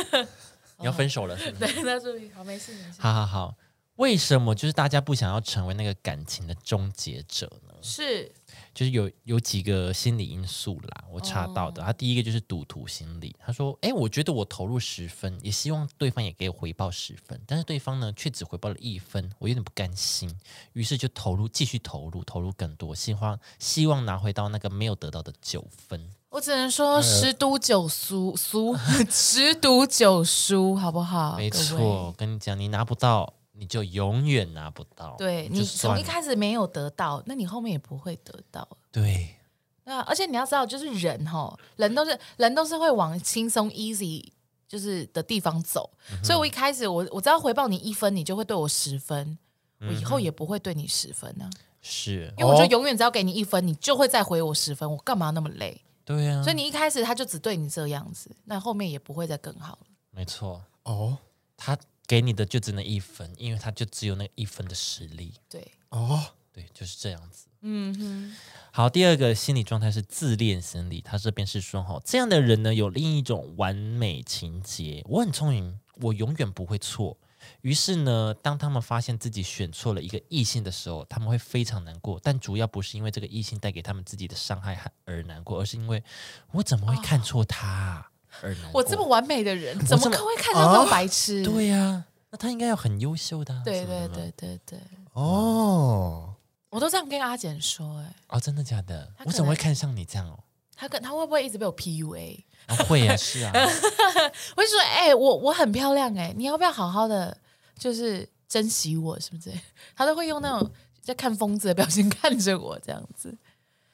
S1: 你要分手了是不是？
S2: 对，那注意好，没事没事。
S1: 好好好，为什么就是大家不想要成为那个感情的终结者呢？
S2: 是
S1: 就是有有几个心理因素啦，我查到
S2: 哦
S1: 的。他第一个就是赌徒心理，他说：“哎，我觉得我投入十分，也希望对方也给我回报十分，但是对方呢却只回报了一分，我有点不甘心，于是就投入继续投入，投入更多，希望希望拿回到那个没有得到的九分。
S2: 我只能说十赌九输，输 十赌九输，好不好？
S1: 没
S2: 各位
S1: 错，我跟你讲，你拿不到，你就永远拿不到。
S2: 对
S1: 就
S2: 你从
S1: 算
S2: 一
S1: 了
S2: 开始没有得到，那你后面也不会得到。
S1: 对，
S2: 对啊，而且你要知道，就是人哈，人都是人都是会往轻松 easy 就是的地方走，
S1: 嗯
S2: 所以我一开始我我只要回报你一分，你就会对我十分，
S1: 嗯
S2: 我以后也不会对你十分呢、
S1: 是，
S2: 因为我就
S3: 哦
S2: 永远只要给你一分，你就会再回我十分，我干嘛那么累？
S1: 对啊，
S2: 所以你一开始他就只对你这样子，那后面也不会再更好了。
S1: 没错，
S3: 哦
S1: 他给你的就只能一分，因为他就只有那一分的实力。
S2: 对，
S3: 哦，
S1: 对，就是这样子。
S2: 嗯哼，
S1: 好，第二个心理状态是自恋心理，他这边是说哈，这样的人呢有另一种完美情节，我很聪明，我永远不会错。于是呢，当他们发现自己选错了一个异性的时候，他们会非常难过。但主要不是因为这个异性带给他们自己的伤害和而难过，而是因为我怎么会看错他、啊 而难过。
S2: 我这么完美的人，怎么
S1: 这么哦
S2: 可会看上那么白痴？
S1: 对呀、那他应该要很优秀的、啊。什
S2: 对
S1: 么的
S2: 对对对对，
S3: 哦，
S2: 我都这样跟阿简说、哎，
S1: 哦，真的假的
S2: 他？可
S1: 我怎么
S2: 能
S1: 会看上你这样哦？
S2: 他跟他会不会一直被我 PUA？
S1: 啊会啊，是啊，
S2: 我就说，哎、我我很漂亮、哎，你要不要好好的就是珍惜我什么之类的？他都会用那种在看疯子的表情 看着我这样子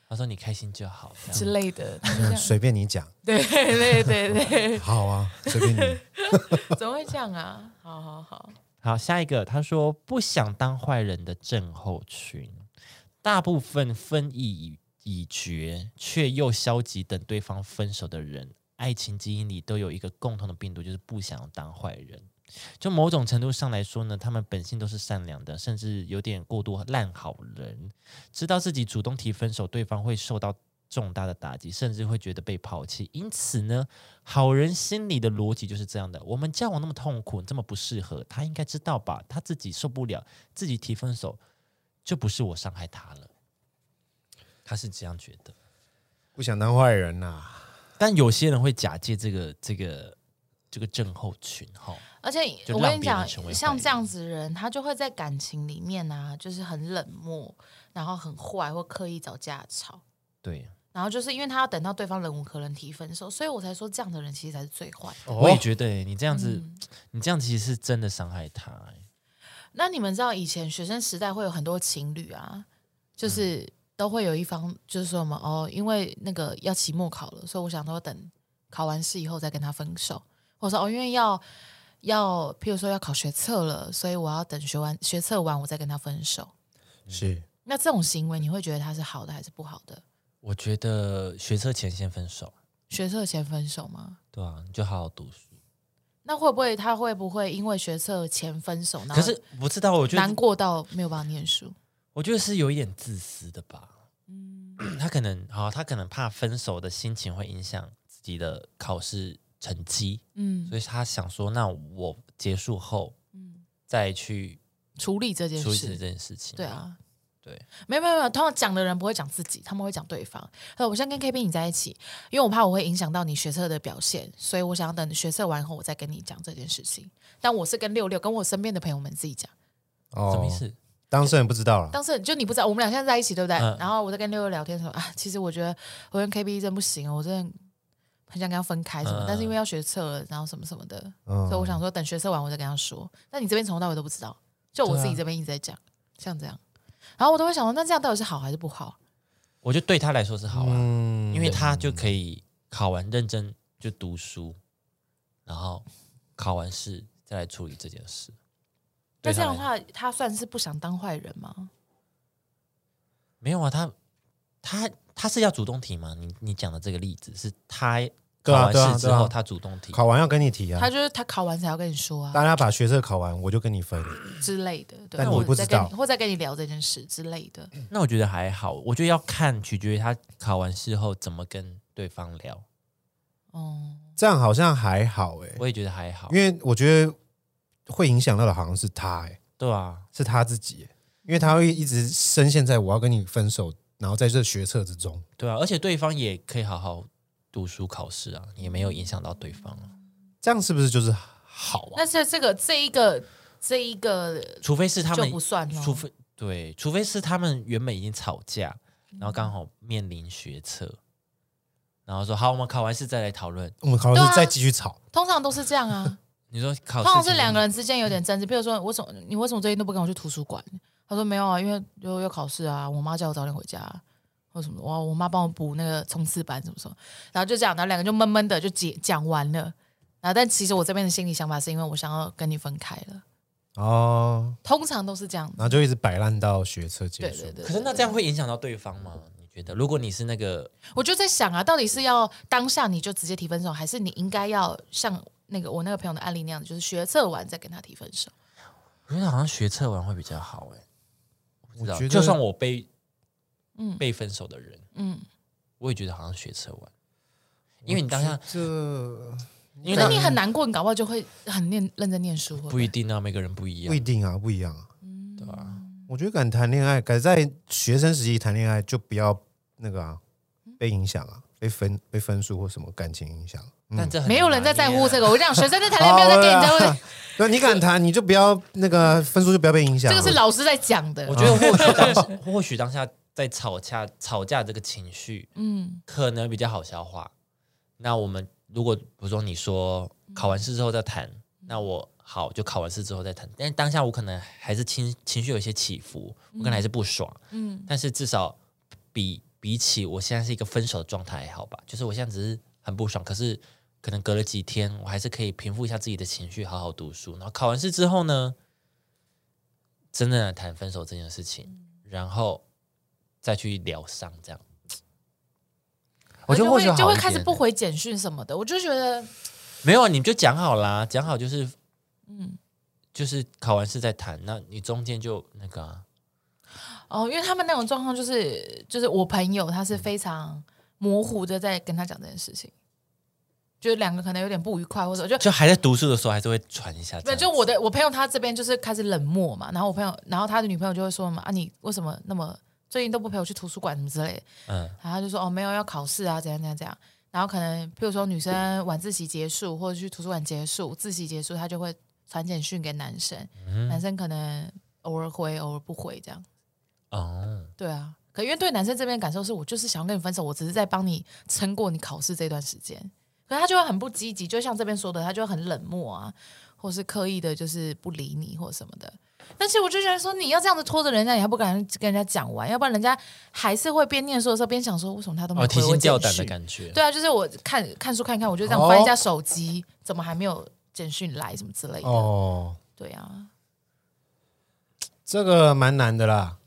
S1: 他说你开心就好，这样
S2: 之类的，他就 这
S3: 嗯
S2: 样，
S3: 随便你讲，
S2: 对对对对，
S3: 好啊，随 便你。
S2: 怎么会这样啊？好好好，
S1: 好，下一个他说不想当坏人的症候群，大部分分意已已决却又消极等对方分手的人，爱情基因里都有一个共同的病毒，就是不想当坏人。就某种程度上来说呢，他们本性都是善良的，甚至有点过度烂好人。知道自己主动提分手，对方会受到重大的打击，甚至会觉得被抛弃。因此呢，好人心里的逻辑就是这样的：我们交往那么痛苦，这么不适合，他应该知道吧？他自己受不了，自己提分手，就不是我伤害他了。他是这样觉得，
S3: 不想当坏人呐、
S1: 但有些人会假借这个这个这个症候群哈，
S2: 而且
S1: 就
S2: 我
S1: 让
S2: 跟你
S1: 别人
S2: 讲
S1: 成为，坏
S2: 像
S1: 人
S2: 这样子的人，他就会在感情里面啊，就是很冷漠，然后很坏，或刻意找架吵。
S1: 对，
S2: 然后就是因为他要等到对方忍无可忍提分手，所以我才说这样的人其实才是最坏。的。
S1: 我也
S3: 哦，
S1: 觉得、欸、你这样子，你这样其实是真的伤害他、欸。
S2: 那你们知道以前学生时代会有很多情侣啊，
S1: 嗯
S2: 就是都会有一方就是说什么哦，因为那个要期末考了，所以我想说等考完试以后再跟他分手，或者说哦，因为要要，譬如说要考学测了，所以我要等学完学测完我再跟他分手。
S3: 是
S2: 那这种行为，你会觉得他是好的还是不好的？
S1: 我觉得学车前先分手，
S2: 学测前分手吗？
S1: 对啊，你就好好读书。
S2: 那会不会他会不会因为学测前分手，然
S1: 可
S2: 后
S1: 是不知道，我觉得
S2: 难过到没有办法念书？
S1: 我觉得是有一点自私的吧。 他可能好，他可能怕分手的心情会影响自己的考试成绩，
S2: 嗯，
S1: 所以他想说，那我结束后，再去
S2: 处理嗯这件
S1: 处理这
S2: 事，
S1: 件事情。
S2: 对，啊，
S1: 对，
S2: 没有没有没有，通常讲的人不会讲自己，他们会讲对方。呃，我现在跟 K B 你在一起，因为我怕我会影响到你学测的表现，所以我想要等学测完后我再跟你讲这件事情。但我是跟六六跟我身边的朋友们自己讲，
S3: 哦，
S1: 什么意？思？
S3: 当事人不知道了，
S2: 当时就你不知道，我们俩现在在一起对不对？
S1: 嗯
S2: 然后我在跟六六聊天说啊，其实我觉得我跟 K B 真不行，我真的很想跟他分开什么，
S1: 嗯
S2: 但是因为要学测了，然后什么什么的，
S3: 嗯
S2: 所以我想说等学测完我再跟他说。但你这边从头到尾都不知道，就我
S1: 对啊
S2: 自己这边一直在讲，像这样，然后我都会想说，那这样到底是好还是不好？
S1: 我觉得对他来说是好啊，
S3: 嗯
S1: 因为他就可以考完认真就读书，然后考完试再来处理这件事。对
S2: 那这
S1: 他
S2: 样
S1: 来
S2: 的话，他算是不想当坏人吗？
S1: 没有啊，他他他是要主动提吗？你你讲的这个例子是他考
S3: 对啊
S1: 完
S3: 对啊
S1: 试之
S3: 对啊
S1: 后，他主动提，
S3: 考完要跟你提啊
S2: 他，就是他考完才要跟你说啊
S3: 大家把学测考完我就跟你分，
S2: 之类的，对，
S3: 但
S1: 你
S2: 或
S3: 不
S2: 者再
S3: 知
S2: 跟
S3: 道
S2: 你或者再跟你聊这件事之类的。
S1: 那我觉得还好，我觉得要看取决于他考完试后怎么跟对方聊。
S2: 哦，
S3: 这样好像还好哎、
S1: 我也觉得还好
S3: 因，为我觉得会影响到的好像是他哎、欸
S1: 对啊，
S3: 是他自己欸、因为他会一直深陷在我要跟你分手然后在这学测之中，
S1: 对啊，而且对方也可以好好读书考试啊，也没有影响到对方啊，
S3: 这样是不是就是好啊？
S2: 那这这个这一个这一个
S1: 除非是他
S2: 就
S1: 们
S2: 不算咯
S1: 除非对，除非是他们原本已经吵架，然后
S2: 嗯
S1: 刚好面临学测，然后说好，我们考完试再来讨论。
S3: 我们考
S2: 对
S3: 完
S2: 啊
S3: 试再继续吵，
S2: 通常都是这样啊，
S1: 你说考
S2: 通
S1: 试
S2: 常
S1: 期
S2: 是
S1: 间
S2: 两个人之间有点争执。比如说，我怎么你为什么最近都不跟我去图书馆？他说没有啊，因为又要考试啊，我妈叫我早点回家、或什么，我我妈帮我补那个冲刺班什么什么，然后就这样，然后两个就闷闷的就解讲完了。然后，但其实我这边的心理想法是因为我想要跟你分开了，
S3: 哦，
S2: 通常都是这样子。
S3: 然后就一直摆烂到学测结
S2: 对
S3: 束。
S2: 对对，
S1: 可是那这样会影响到对方吗？你觉得？如果你是那个
S2: 我就在想啊，到底是要当下你就直接提分手，还是你应该要像那个我那个朋友的案例那样子，就是学测完再跟他提分手？
S1: 我觉得好像学测完会比较好哎、我不知道
S3: 我觉得
S1: 就算我被
S2: 嗯
S1: 被分手的人，
S2: 嗯，
S1: 我也觉得好像学测完，因为你当下，
S3: 这
S1: 因为
S2: 那
S1: 当
S2: 你很难过，你搞不好就会很念认真念书。会
S1: 不一定啊，每个人不一
S3: 不
S1: 样
S3: 一，定啊，不一样啊。
S1: 对吧、
S3: 我觉得敢谈恋爱，敢在学生时期谈恋爱，就不要那个啊，
S2: 嗯
S3: 被影响啊，被分被分数或什么感情影响。
S1: 但
S3: 嗯
S1: 这很啊
S2: 没有人在在乎这个。我讲学生在谈恋爱，不
S3: 好
S2: 要再跟
S3: 啦
S2: 你在乎，
S3: 对，你敢谈，你就不要那个分数就不要被影
S2: 嗯
S3: 响
S2: 这
S3: 啊。
S2: 个是老师在讲的
S1: 难。免啊。我觉得或许当下 或许当下在吵架吵架这个情绪
S2: 嗯
S1: 可能比较好消化。那我们如果比如说你说考完试之后再谈，
S2: 嗯
S1: 那我好就考完试之后再谈。但是当下我可能还是情情绪有一些起伏，我可能还是不爽。
S2: 嗯，
S1: 但是至少比比起我现在是一个分手的状态还好吧，就是我现在只是很不爽，可是可能隔了几天，我还是可以平复一下自己的情绪，好好读书。然后考完试之后呢，真正的谈分手这件事情，然后再去疗伤，这样。我觉得或
S2: 会
S1: 许好
S2: 就会
S1: 一点
S2: 开始不回简讯什么的，我就觉得
S1: 没有，啊，你就讲好啦，讲好就是，嗯，就是考完试再谈。那你中间就那个、啊，
S2: 哦，因为他们那种状况就是就是我朋友他是非常模糊的在跟他讲这件事情，就是两个可能有点不愉快，或者就
S1: 就还在读书的时候，还是会传一下这
S2: 对，
S1: 样。
S2: 就我的我朋友他这边就是开始冷漠嘛，然后我朋友，然后他的女朋友就会说嘛，啊你为什么那么最近都不陪我去图书馆什么之类的，
S1: 嗯，
S2: 然后他就说哦没有要考试啊怎样怎样怎样，然后可能譬如说女生晚自习结束或者去图书馆结束，自习结束他就会传简讯给男生，
S1: 嗯
S2: 男生可能偶尔回偶尔不回这样，
S1: 哦，
S2: 对啊，可因为对男生这边的感受是我就是想要跟你分手，我只是在帮你撑过你考试这段时间。可是他就会很不积极，就像这边说的，他就会很冷漠啊，或是刻意的就是不理你或什么的。但是我就觉得说，你要这样子拖着人家，你还不敢跟人家讲完，要不然人家还是会边念书的时候边想说，为什么他都
S1: 哦，
S2: 没有
S1: 提
S2: 回我
S1: 心吊
S2: 简
S1: 胆的
S2: 讯
S1: 感觉。哦
S2: 对啊，就是我看看书看一看，我就这样翻一下手机，怎么还没有简讯来什么之类的。
S3: 哦，
S2: 对啊，
S3: 这个蛮难的啦。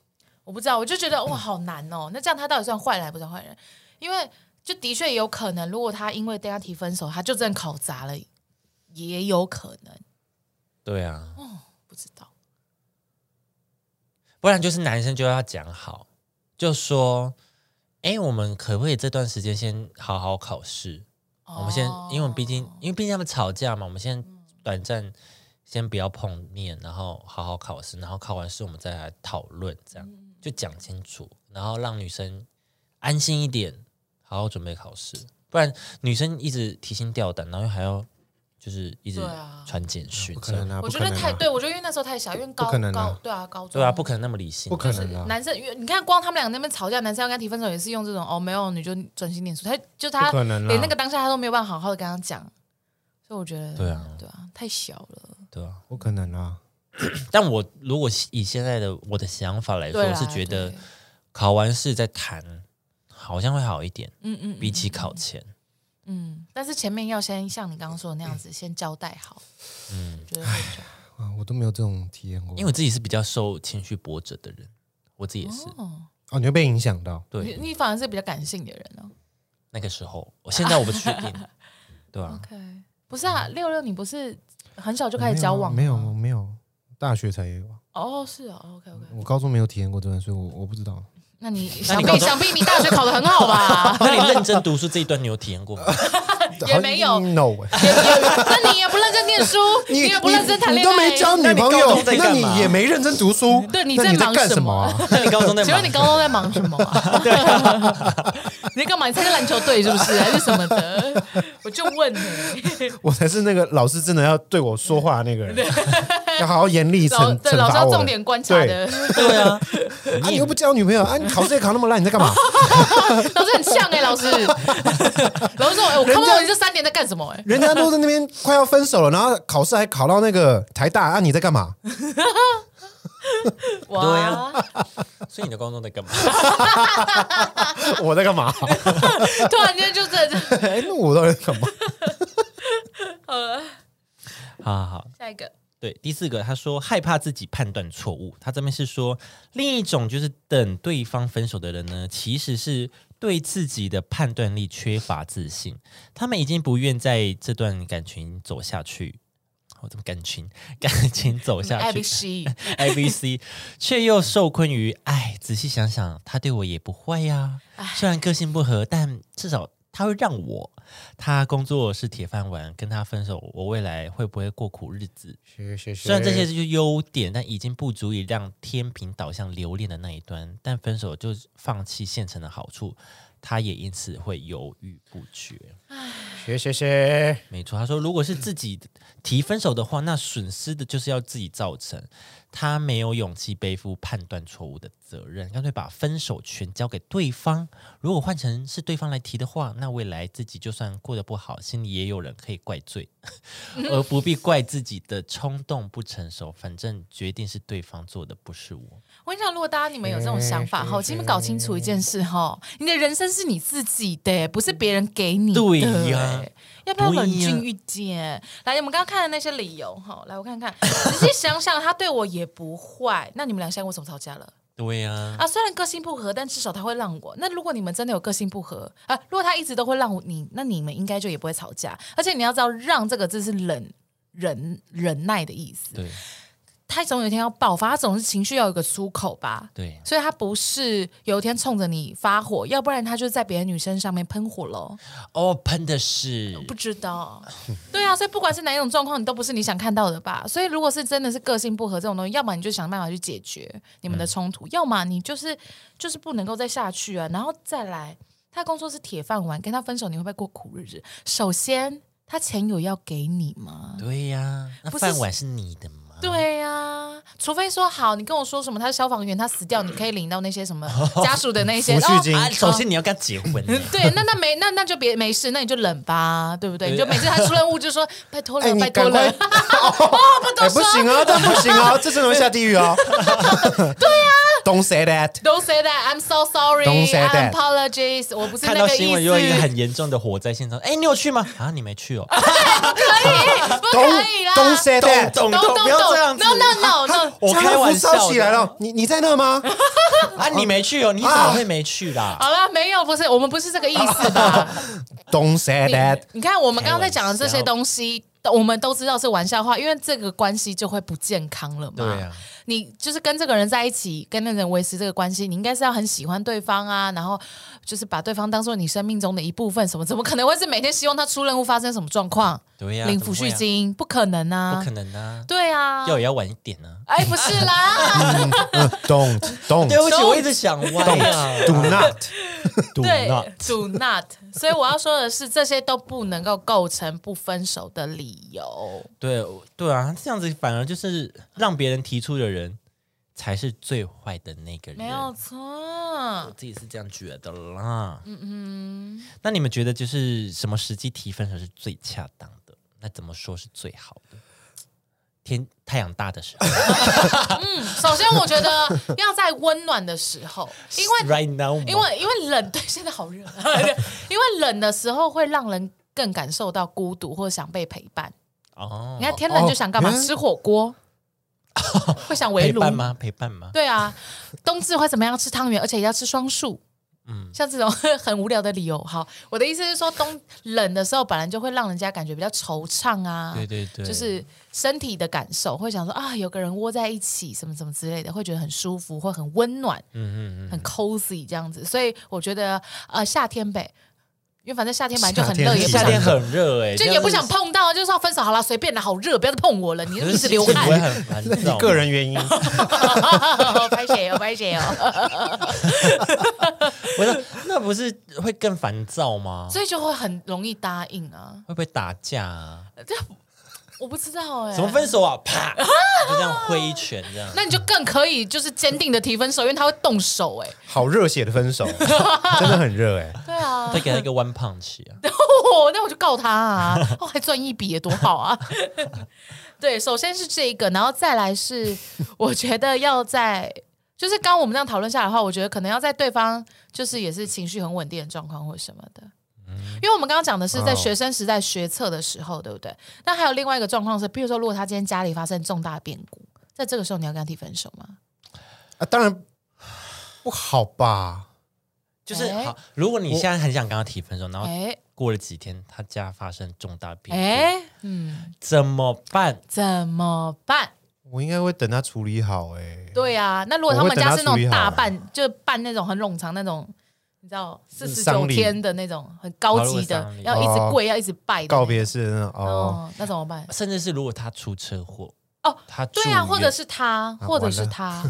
S2: 我不知道，我就觉得哇，好难哦。那这样他到底算坏人还不算坏人？因为就的确有可能，如果他因为跟他提分手，他就真的考砸了，也有可能，
S1: 对啊。
S2: 不知道。
S1: 不然就是男生就要讲好，就说，哎、我们可不可以这段时间先好好考试？
S2: 哦
S1: 我们先，因为我们毕竟，因为毕竟他们吵架嘛，我们先短暂先不要碰面，然后好好考试，然后考完试我们再来讨论，这样
S2: 嗯
S1: 就讲清楚，然后让女生安心一点，好好准备考试。不然女生一直提心吊胆，然后还要就是一直
S2: 对啊
S1: 传简讯，
S3: 不可能啊！
S2: 我
S3: 不
S2: 觉
S3: 可
S2: 得
S3: 能
S2: 太
S3: 啊！
S2: 对，我觉得因为那时候太小，因为高
S3: 不可能啊
S2: 高对啊高中
S1: 对啊，不可能那么理性，
S3: 不可能啊！
S2: 男生，因为你看，光他们俩那边吵架，男生要跟他提分手也是用这种哦，没有你就专心念书，他就他
S3: 不
S1: 啊
S3: 可能啦啊
S2: 连那个当下他都没有办法好好的跟他讲，所以我觉得
S1: 对啊
S2: 对啊，太小了，
S1: 对啊。
S3: 不可能啊！
S1: 但我如果以现在的我的想法来说，
S2: 对
S1: 我
S2: 啦
S1: 是觉得
S2: 对
S1: 考完试再谈，好像会好一点，
S2: 嗯嗯嗯
S1: 比起考前。
S2: 嗯，但是前面要先像你刚刚说的那样子，先交代 好。嗯，觉得会比较好
S3: 啊，我都没有这种体验过。
S1: 因为我自己是比较受情绪波折的人，我自己也是。
S2: 哦，
S3: 哦，你会被影响到。
S2: 你
S1: 对，
S2: 你反而是比较感性的人哦。
S1: 那个时候，我现在我不确定， 对啊，
S2: OK，不是啊，六六，你不是很小就开始交往了吗
S3: 没有，我没有，大学才有啊。
S2: 哦，是哦，OK OK，
S3: 我高中没有体验过这段，所以我我不知道。
S2: 那你想
S1: 高
S2: 必
S1: 中？
S2: 想必你大学考的很好吧
S1: 那你认真读书这一段，你有体验过吗？
S2: 也没有
S3: 好像 no 哎
S2: 也也那你也不认真念念书，你也不认真谈
S3: 你
S2: 恋
S3: 都
S2: 爱，
S3: 没交女
S1: 那你
S3: 朋
S1: 高
S3: 友
S1: 中，在
S3: 那
S1: 干
S3: 你
S1: 嘛
S3: 也没认真读书，
S2: 对你
S3: 那
S2: 在
S3: 你
S2: 忙
S3: 干
S2: 什
S3: 什么啊？
S1: 那你高中在
S2: 请
S1: 忙
S2: 问你？高中在忙 什么啊？你在干嘛？你参加篮球队是不是？还是什么的？我就问 你，
S3: 我才是那个老师真的要对我说话的那个人， 要好好严厉
S2: 老
S3: 惩
S2: 对
S3: 惩
S2: 老师
S3: 罚
S2: 要
S3: 我。
S2: 重点观察的，
S1: 对啊，
S3: 啊，你又不交女朋友啊？你考试也考那么烂，你在 干嘛？
S2: 老师很像 哎，老师，老师说哎，我看不懂你这三年在干什么哎。
S3: 人家都在那边快要分手了，然后考试还考到那个台大啊？你在干嘛？
S1: 对
S2: 哇
S1: 啊，所以你的高中在干 嘛？
S3: 我在干嘛？
S2: 突然间就这这，
S3: 哎，那我到底在干嘛？
S2: 好了，
S1: 好好好，
S2: 下一个
S1: 对，第四个他说害怕自己判断错误，他这边是说另一种就是等对方分手的人呢，其实是对自己的判断力缺乏自信，他们已经不愿在这段感情走下去。我怎么感情感情走下
S2: 艾
S1: 去
S2: 比西，
S1: ？A B C，却又受困于哎，仔细想想，他对我也不坏呀、虽然个性不合，但至少他会让我。他工作是铁饭碗，跟他分手，我未来会不会过苦日子？
S3: 学学学
S1: 虽然这些就是优点，但已经不足以让天平导向留恋的那一端。但分手就是放弃现成的好处，他也因此会犹豫不决。
S3: 学学学，
S1: 没错，他说，如果是自己提分手的话，那损失的就是要自己造成。他没有勇气背负判断错误的责任，干脆把分手权交给对方。如果换成是对方来提的话，那未来自己就算过得不好，心里也有人可以怪罪， 而不必怪自己的冲动不成熟。反正决定是对方做的，不是我。
S2: 我跟你讲，如果大家你们有这种 想法哈，请你们搞清楚一件事哈，你的人生是你自己的，不是别人给你的。
S1: 对呀
S2: 要不要冷静一点？来，我们刚刚看的那些理由哈，来我看看，仔细想想，他对我也不坏。那你们俩现在为什么吵架了？
S1: 对呀、啊，
S2: 啊，虽然个性不合，但至少他会让我。那如果你们真的有个性不合啊，如果他一直都会让我你，那你们应该就也不会吵架。而且你要知道，让这个字是忍忍忍耐的意思。
S1: 对
S2: 他总有一天要爆发，他总是情绪要有个出口吧。
S1: 对，
S2: 所以他不是有一天冲着你发火，要不然他就在别的女生上面喷火喽。
S1: 哦，喷的是
S2: 不知道， 对啊，所以不管是哪一种状况，你都不是你想看到的吧？所以如果是真的是个性不合这种东西，要么你就想办法去解决你
S3: 嗯
S2: 们的冲突，要么你就是就是不能够再下去啊，然后再来。他工作是铁饭碗，跟他分手你会不会过苦日子？首先，他钱有要给你吗？
S1: 对呀、那
S2: 不是
S1: 饭碗是你的吗？
S3: 啊
S2: 对呀、除非说好，你跟我说什么，他是消防员，他死掉，你可以领到那些什么家属的那些
S3: 抚恤
S2: 哦
S3: 金
S1: 啊，首先你要跟他结 婚啊呢、
S2: 对，那那没那那就别没事，那你就忍吧，对不对？你就每次他出任务就说拜托了，
S3: 哎，你
S2: 呃拜托
S3: 赶快！
S2: 了，
S3: 哎，不行哦，但不行哦，这真的会下地狱哦。对呀，Don't say that。
S2: Don't say that. I'm so sorry.
S3: Don't say
S2: I
S3: that.
S2: apologize. 我不是
S1: 看
S2: 那
S1: 到
S2: 个
S1: 新
S2: 意
S1: 闻又一个
S2: 思。
S1: 很严重的火灾现场，哎，你有去吗？啊，你没去 哦，
S2: 哎不可以啦
S3: Don't don't say that。
S1: 懂
S2: Don't-
S1: 不要这样子
S2: No no no
S3: 啊
S2: no.
S1: 我开玩笑
S3: 家
S1: 的
S3: 乐福烧起来了，你你在那吗？
S1: 啊，你没去哦，你怎么会没去啦？
S2: 好了，没有，不是，我们不是这个意思吧？
S3: Don't say
S2: 你
S3: that。
S2: 你看，我们刚刚在讲的这些东西，我们都知道是玩笑话，因为这个关系就会不健康了嘛。
S1: 对啊
S2: 你就是跟这个人在一起，跟那个人维持这个关系，你应该是要很喜欢对方啊，然后就是把对方当做你生命中的一部分，什么怎么可能会是每天希望他出任务发生什么状况？
S1: 对呀
S2: 领
S1: 怎
S2: 抚
S1: 么会
S2: 恤
S1: 啊
S2: 金不可能啊，
S1: 不可能啊，
S2: 对啊，
S1: 要也要晚一点啊。
S2: 哎，不是 啦，
S3: Don't
S1: 对
S3: don't
S1: 不起，我一直想歪啊
S3: don't do not。
S1: 堵
S2: 对
S1: 了，
S2: ，do not。所以我要说的是，这些都不能够构成不分手的理由。
S1: 对对啊，这样子反而就是让别人提出的人才是最坏的那个人。
S2: 没有错
S1: 我，自己是这样觉得啦。嗯嗯，那你们觉得就是什么时机提分手是最恰当的？那怎么说是最好的？天太阳大的时候
S2: 首先我觉得要在温暖的 时候，因为
S1: ，right now，
S2: 因为因为冷，对，现在好热，因为冷的时候会让人更感受到孤独或想被陪伴。
S1: 哦，
S2: 你看天冷就想干嘛？
S3: 哦
S2: 吃火 锅，会想围
S1: 陪
S2: 炉
S1: 伴吗？陪伴吗？
S2: 对啊，冬至会怎么样？吃汤圆，而且要吃双数。嗯，像这种很无聊的理由。好，我的意思是说，冬冷的时候本来就会让人家感觉比较惆怅啊，
S1: 对对对，
S2: 就是身体的感受，会想说啊，有个人窝在一起，什么什么之类的，会觉得很舒服，会很温暖，
S1: 嗯嗯嗯，
S2: 很 cozy 这样子。所以我觉得，呃，夏天呗，为反正夏天本来就很
S3: 夏
S2: 热，
S3: 天
S2: 也不
S1: 夏
S2: 想
S1: 天很热哎，
S2: 就也不想碰到，就是要分手好了，随便啦，好热，不要再碰我了，你
S1: 这样
S2: 一
S1: 子，
S2: 直流
S1: 可是 不会
S2: 汗，
S1: 很烦
S3: 那
S1: 躁
S3: 你
S1: 吗
S3: 个人原因，
S2: 拍谁哦，拍谁哦，
S1: 不是那不是会更烦躁吗？
S2: 所以就会很容易答应啊，
S1: 会不会打架啊？
S2: 我不知道哎、
S1: 怎么分手啊？啪，就这样挥一拳这 样。
S2: 那你就更可以就是坚定的提分手，因为他会动手哎、
S3: 好热血的分手， 真的很热哎。
S2: 对啊
S1: 再，给他一个 one punch 啊！
S2: 哦，那我就告他啊，哦，还赚一笔也多好啊。 对，首先是这一个，然后再来是，我觉得要在，就是刚刚我们这样讨论下来的话，我觉得可能要在对方就是也是情绪很稳定的状况或什么的。因为我们刚刚讲的是
S1: 嗯
S2: 在
S3: 哦
S2: 学生时代学测的时候，对不对？那还有另外一个状况是，比如说，如果他今天家里发生重大变故，在这个时候你要跟他提分手吗？
S3: 啊，当然不好吧？
S1: 就是
S2: 哎
S1: 好，如果你现在很想跟他提分手，然后
S2: 哎
S1: 过了几天他家发生重大啊变故，
S2: 哎，嗯，
S1: 怎么办？
S2: 怎么办？
S3: 我应该会等他处理好哎。
S2: 对啊，那如果
S3: 我
S2: 他
S3: 会
S2: 们
S3: 等
S2: 家
S3: 他
S2: 是那
S3: 处理
S2: 种
S3: 好
S2: 大
S3: 啊
S2: 办，就办那种很冗长那种，你知道四十九
S3: 丧礼
S2: 天的那种很高
S1: 好如果
S2: 级的
S1: 丧，礼
S2: 要一直
S3: 哦
S2: 跪，要一直拜的
S3: 告
S2: 那
S3: 别式那种
S2: 种。
S3: 哦，
S2: 哦，那怎么办？
S1: 甚至是如果他出车祸
S2: 哦，
S1: 他住
S2: 对啊，
S1: 院
S2: 或者是他，
S3: 啊
S2: 或者
S3: 完
S2: 是
S3: 了
S2: 他，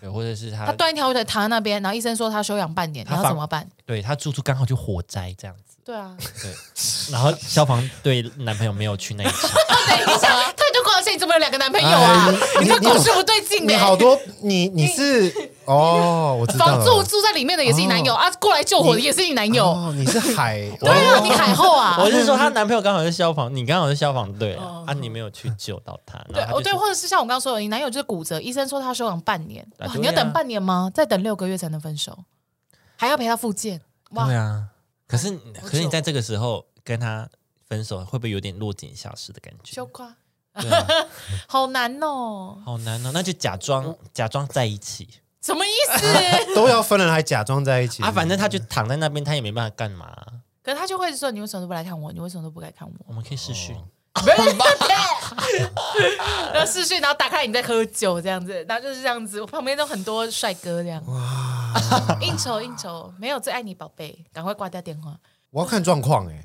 S1: 对或者 是
S2: 他
S1: 他
S2: 断一条腿躺在那边，然后医生说他休养半年，你
S1: 他
S2: 要
S1: 反
S2: 怎么办？
S1: 对他住处刚好就火灾这样子，
S2: 对啊，
S1: 对，然后消防队男朋友没有去那一场，
S2: 哦等一下， 他就跟我说你怎么有两个男朋友啊
S3: 哎？
S2: 你
S3: 你
S2: 这
S3: 你
S2: 故事不对劲欸
S3: 你
S2: 的。
S3: 好多你你是哦，我知道
S2: 房
S3: 了哦
S2: 住住在里面的也是你男友啊，过来救火的也是你男友。
S3: 哦，你是海
S2: 对
S3: 哦
S2: 啊，你海后啊，
S1: 我是说，她男朋友刚好是消防，你刚好是消防队啊，啊你没有去救到他，
S2: 哦对
S1: 然后
S2: 哦，
S1: 他就
S2: 对，
S1: 是
S2: 或者是像我刚刚说的，你男友就是骨折，医生说他休养半年，
S1: 啊
S2: 哇，
S1: 对
S2: 你要等
S1: 啊
S2: 半年吗？再等六个月才能分手，还要陪他复健，哇
S1: 对，啊。可是
S2: 好
S1: 可是
S2: 久哦
S1: 你在这个时候跟他分手，会不会有点落井下石的感觉
S2: 羞？夸，
S1: 对啊，
S2: 好难哦，
S1: 好难哦。那就假装假装在一起
S2: 什么意思？
S3: 都要分了还假装在一起
S1: 啊，反正他就躺在那边，他也没办法干嘛。
S2: 可是他就会说，你为什么都不来看我？你为什么都不来看我？
S1: 我们可以试训，
S2: 然后视讯，然后打开你在喝酒这样子，然后就是这样子，我旁边都很多帅哥这样， 应酬应酬，没有最爱你宝贝，赶快挂掉电话。
S3: 我要看状况哎。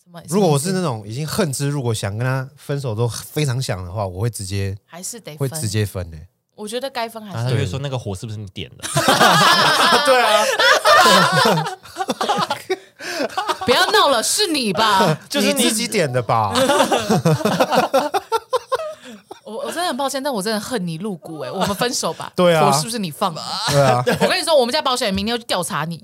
S2: 什么？
S3: 如果我
S2: 什
S3: 是
S2: 么意
S3: 那
S2: 思
S3: 种已经恨之入骨，想跟他分手都非常想的话，我会直接
S2: 还是得
S3: 会
S2: 分，
S3: 直接分欸的。
S2: 我觉得该分
S1: 然
S2: 还
S1: 后他
S2: 是
S1: 就
S2: 得
S1: 会说那个火是不是你点 的？
S3: 对啊，
S2: 不要闹了，是你吧？
S1: 就是
S3: 你
S1: 你
S3: 自己点的 吧？
S2: 我我真的很抱歉，但我真的恨你入骨哎、我们分手 吧。
S3: 对啊
S2: 我是不是你放的？
S3: 对啊，
S2: 我跟你说，我们家保险明天要去调查 你。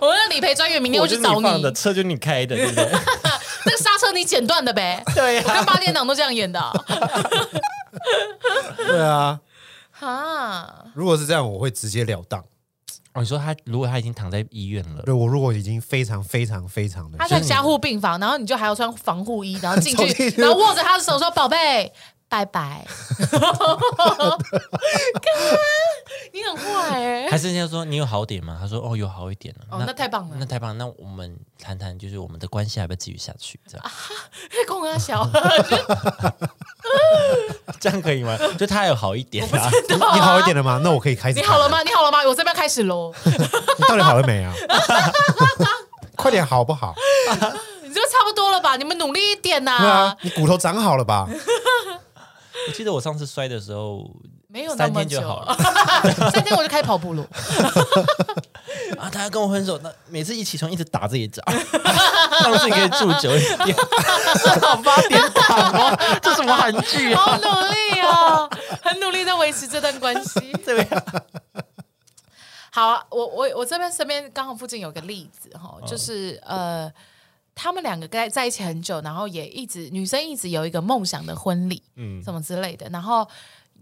S2: 我们的理赔专员明天
S1: 我
S2: 会
S1: 就是
S2: 去
S1: 你
S2: 找你。
S1: 放的，车就是你开的，对不对？
S2: 那个刹车你剪断的呗。
S1: 对啊
S2: 我跟八点档都这样 演的啊
S3: 对啊。
S2: 哈。
S3: 如果是这样，我会直截了当。
S1: 哦，你说他如果他已经躺在医院了，
S3: 对我如果已经非常非常非常的
S2: 他在加护病房，然后你就还要穿防护衣，然后 进
S3: 走进
S2: 去，
S3: 去
S2: 然后握着他的手说：“宝贝，拜拜。”干嘛？你很坏哎、
S1: 还是人家说你有好点吗？他说哦，有好一点了。
S2: 哦那太棒了
S1: 那太棒。那我们谈谈，就是我们的关系还要不要继续下去？这样、
S2: 太空啊小。
S1: 这样可以吗？就他有好一点啊，
S3: 你你好一点了吗？那我可以开始。
S2: 你好了？吗？你好了吗？我这边开始喽。
S3: 你到底好了没 啊？ 快点好不好？
S2: 你这个差不多了吧？你们努力一点呐、
S3: 对啊，你骨头长好了吧？
S1: 我记得我上次摔的时候
S2: 没有那
S1: 三
S2: 么
S1: 天
S2: 久
S1: 就好了
S2: 三天我就开 跑步了。
S1: 啊，他要跟我分手，那每次一起床一直打自己脚，上次你可以住久一点，好八点档哦，这什么韩剧啊？
S2: 好努力哦，很努力在维持 这段关系。
S1: 对啊，
S2: 好啊，我我我这边身边刚好附近有个例子哈，就是、呃，他们两个在在一起很久，然后也一直女生一直有一个梦想的婚礼，嗯，什么之类的，然后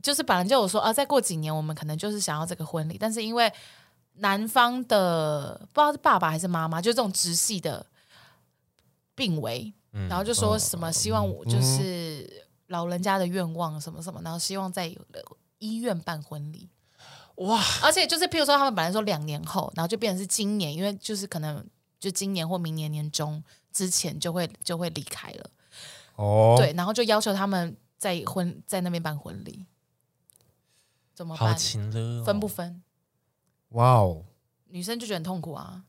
S2: 就是本来就有说啊，再过几年我们可能就是想要这个婚礼，但是因为男方的不知道是爸爸还是妈妈，就这种直系的病危，然后就说什么希望我就是老人家的愿望什么什么，然后希望在有医院办婚礼。
S1: 哇，
S2: 而且就是，譬如说，他们本来说两年后，然后就变成是今年，因为就是可能就今年或明年年中之前就会就会离开了，
S3: 哦，
S2: 对，然后就要求他们在婚在那边办婚礼，怎么
S1: 好
S2: 办？
S1: 情了、哦
S2: 分不？分？
S3: 哇哦，
S2: 女生就觉得很痛苦啊，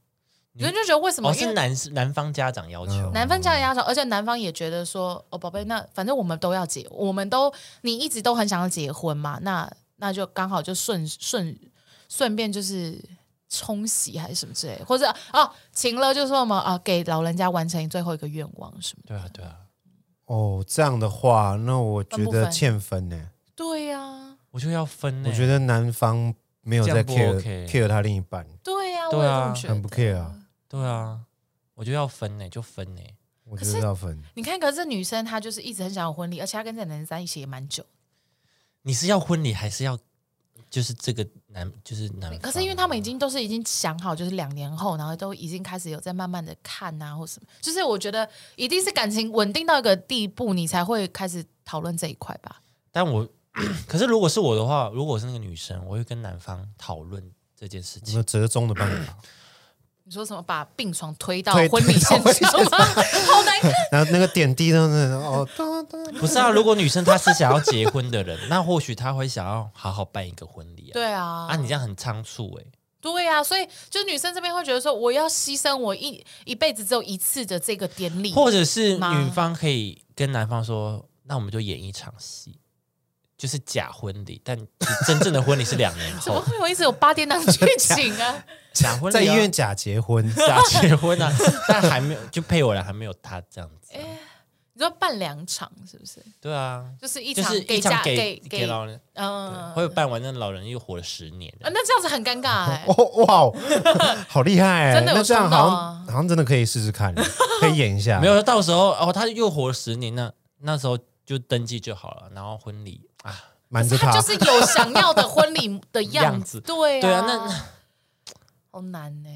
S2: 人就觉得为什么？
S1: 哦，
S2: 因
S1: 是
S2: 为
S1: 男男方家长要求
S3: 嗯，
S2: 男方家里压轴，而且男方也觉得说，哦，宝贝，那反正我们都要结，我们都你一直都很想要结婚嘛，那那就刚好就顺顺顺便就是冲洗还是什么之类的，或者哦，晴了就说什么啊，给老人家完成最后一个愿望什么的，
S1: 对啊对啊，
S3: 哦，这样的话，那我觉
S2: 分不
S3: 得
S2: 分
S3: 欠分呢、
S2: 对呀、啊，
S1: 我就要分欸呢，
S3: 我觉得男方没有
S1: 这
S3: 在
S1: 样不
S3: care、
S1: OK
S3: care 他另一半，
S2: 对呀、
S1: 对
S2: 我也
S1: 啊
S2: 这么觉得，
S3: 很不 care 啊。
S1: 对啊，我就要分呢，就分欸呢，
S3: 我
S2: 可
S3: 觉
S2: 是
S3: 得要分。
S2: 你看，可是这女生她就是一直很想有婚礼，而且她跟这男人在一起也蛮久。
S1: 你是要婚礼还是要就是这个男就是男方？
S2: 可是因为他们已经都是已经想好，就是两年后，然后都已经开始有在慢慢的看啊，或什么。就是我觉得一定是感情稳定到一个地步，你才会开始讨论这一块吧。
S1: 但我可是如果是我的话，如果我是那个女生，我会跟男方讨论这件事
S3: 我们有
S2: 嗯
S1: 情。
S3: 折中的办法，
S2: 你说什么把病床推到
S3: 推
S2: 婚礼现
S3: 推到
S2: 场吗？好难看。
S3: 然后那个点滴都是哦，哒哒
S1: 不是啊，如果女生她是想要结婚的人，那或许她会想要好好办一个婚礼啊。
S2: 对啊，
S1: 啊，你这样很仓促哎、
S2: 对啊，所以就女生这边会觉得说，我要牺牲我一一辈子只有一次的这个典礼，
S1: 或者是
S2: 吗
S1: 女方可以跟男方说，那我们就演一场戏，就是假婚礼，但真正的婚礼是两年
S2: 怎么
S1: 后，
S2: 会有一直有八 点档剧情啊？
S1: 假婚礼啊
S3: 在医院假结婚，
S1: 假结婚啊，但还没有就配偶人还没有他这样子啊、
S2: 哎你说办两场是不是？
S1: 对啊，
S2: 就是一
S1: 就
S2: 场
S1: 是一
S2: 嫁
S1: 场给
S2: 给
S1: 老人，
S2: 嗯，
S1: 会办完那老人又活了十年
S2: 啊，那这样子很尴尬哎、
S3: 哦哇 哦，好厉害、欸！
S2: 真的有
S3: 那这样
S2: 冲到
S3: 好
S2: 啊
S3: 像好像真的可以试试看，可以演一下。
S1: 没有，到时候哦，他又活了十年，那那时候就登记就好了，然后婚礼啊，
S3: 瞒着
S2: 他就是有想要的婚礼的样
S1: 样 子
S2: 子，对啊，
S1: 对啊那
S2: 好难呢、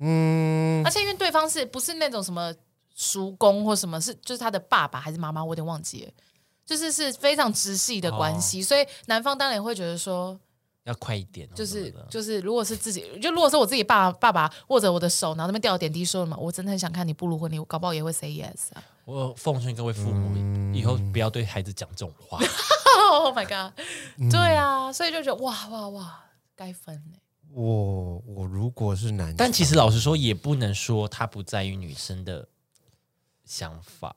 S3: 嗯
S2: 而，且因为对方是不是那种什么叔公或什么，是就是他的爸爸还是妈妈，我有点忘记了，就是是非常直系的关系，所以男方当然也会觉得说，
S1: 要快一点哦，
S2: 就是
S1: 什么的
S2: 就是，如果是自己，就如果是我自己爸爸爸握着我的手，然后那边掉了点滴，说什么，我真的很想看你步入婚礼，我搞不好也会 say yes 啊
S1: 我奉劝各位父母，以后不要对孩子讲这种话。
S2: ，Oh my god，、对啊，所以就觉得哇哇哇，该分欸呢、
S3: 我我如果是男生，
S1: 但其实老实说，也不能说他不在意女生的想法，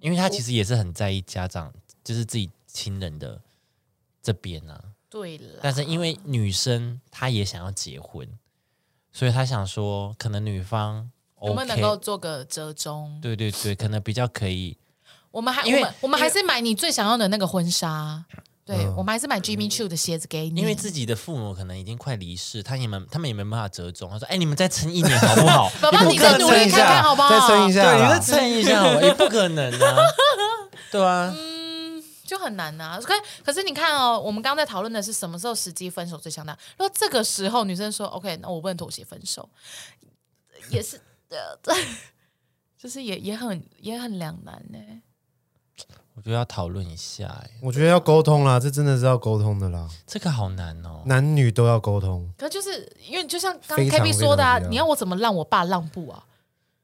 S1: 因为他其实也是很在意家长，就是自己亲人的这边啊。
S2: 对了，
S1: 但是因为女生她也想要结婚，所以她想说，可能女方
S2: 我
S1: OK，
S2: 们能够做个折中？
S1: 对对对，可能比较可以。
S2: 我们还我
S1: 因为
S2: 们我们还是买你最想要的那个婚纱，对、
S3: 嗯
S2: 我们还是买 Jimmy Choo 的鞋子给你，
S1: 因为自己的父母可能已经快离世，他也没他们也没办法折中。他说：“哎，你们再撑一年好不好？
S2: 爸爸
S1: 你
S2: 你
S1: 不
S2: 再
S1: 可
S2: 努
S1: 能，
S2: 力看看好不好
S3: 再撑一下
S1: 对，你
S3: 啦，
S1: 再撑一下好哦吧，也不可能啊，对啊，
S2: 嗯就很难呐、可可是你看哦，我们刚刚在讨论的是什么时候时机分手最强大。如果这个时候女生说 OK，那我不能妥协分手，也是呃， 对就是也也很也很两难呢、
S1: 我觉得要讨论一下、哎，
S3: 我觉得要沟通啦，这真的是要沟通的啦，
S1: 这个好难哦。
S3: 男女都要沟通。
S2: 可就是因为就像刚刚
S3: 非常
S2: K B 说的啊
S3: 非常，必要
S2: 你要我怎么让我爸让步啊？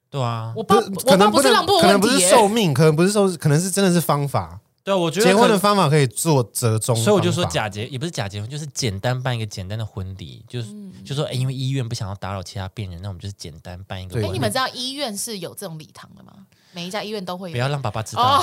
S1: 对啊，
S2: 我爸
S3: 不是
S2: 我
S3: 可
S2: 爸
S3: 能
S2: 是
S3: 能
S2: 让步的
S3: 可
S2: 问
S3: 能不
S2: 题、
S3: 是
S2: 耶哎
S3: 寿命，可能不是寿，可能是真的是方法。
S1: 对啊，我觉得
S3: 结婚
S1: 可
S3: 的方法可以做折中，
S1: 所以我就说假结也不是假结婚，就是简单办一个简单的婚礼，就是、
S2: 嗯
S1: 就说哎，因为医院不想要打扰其他病人，那我们就是简单办一个
S3: 对
S2: 哎、
S1: 婚
S2: 你
S1: 礼
S2: 们，知道医院是有这种礼堂的吗？每一家医院都会有。
S1: 不要让爸爸知道
S2: 哦，，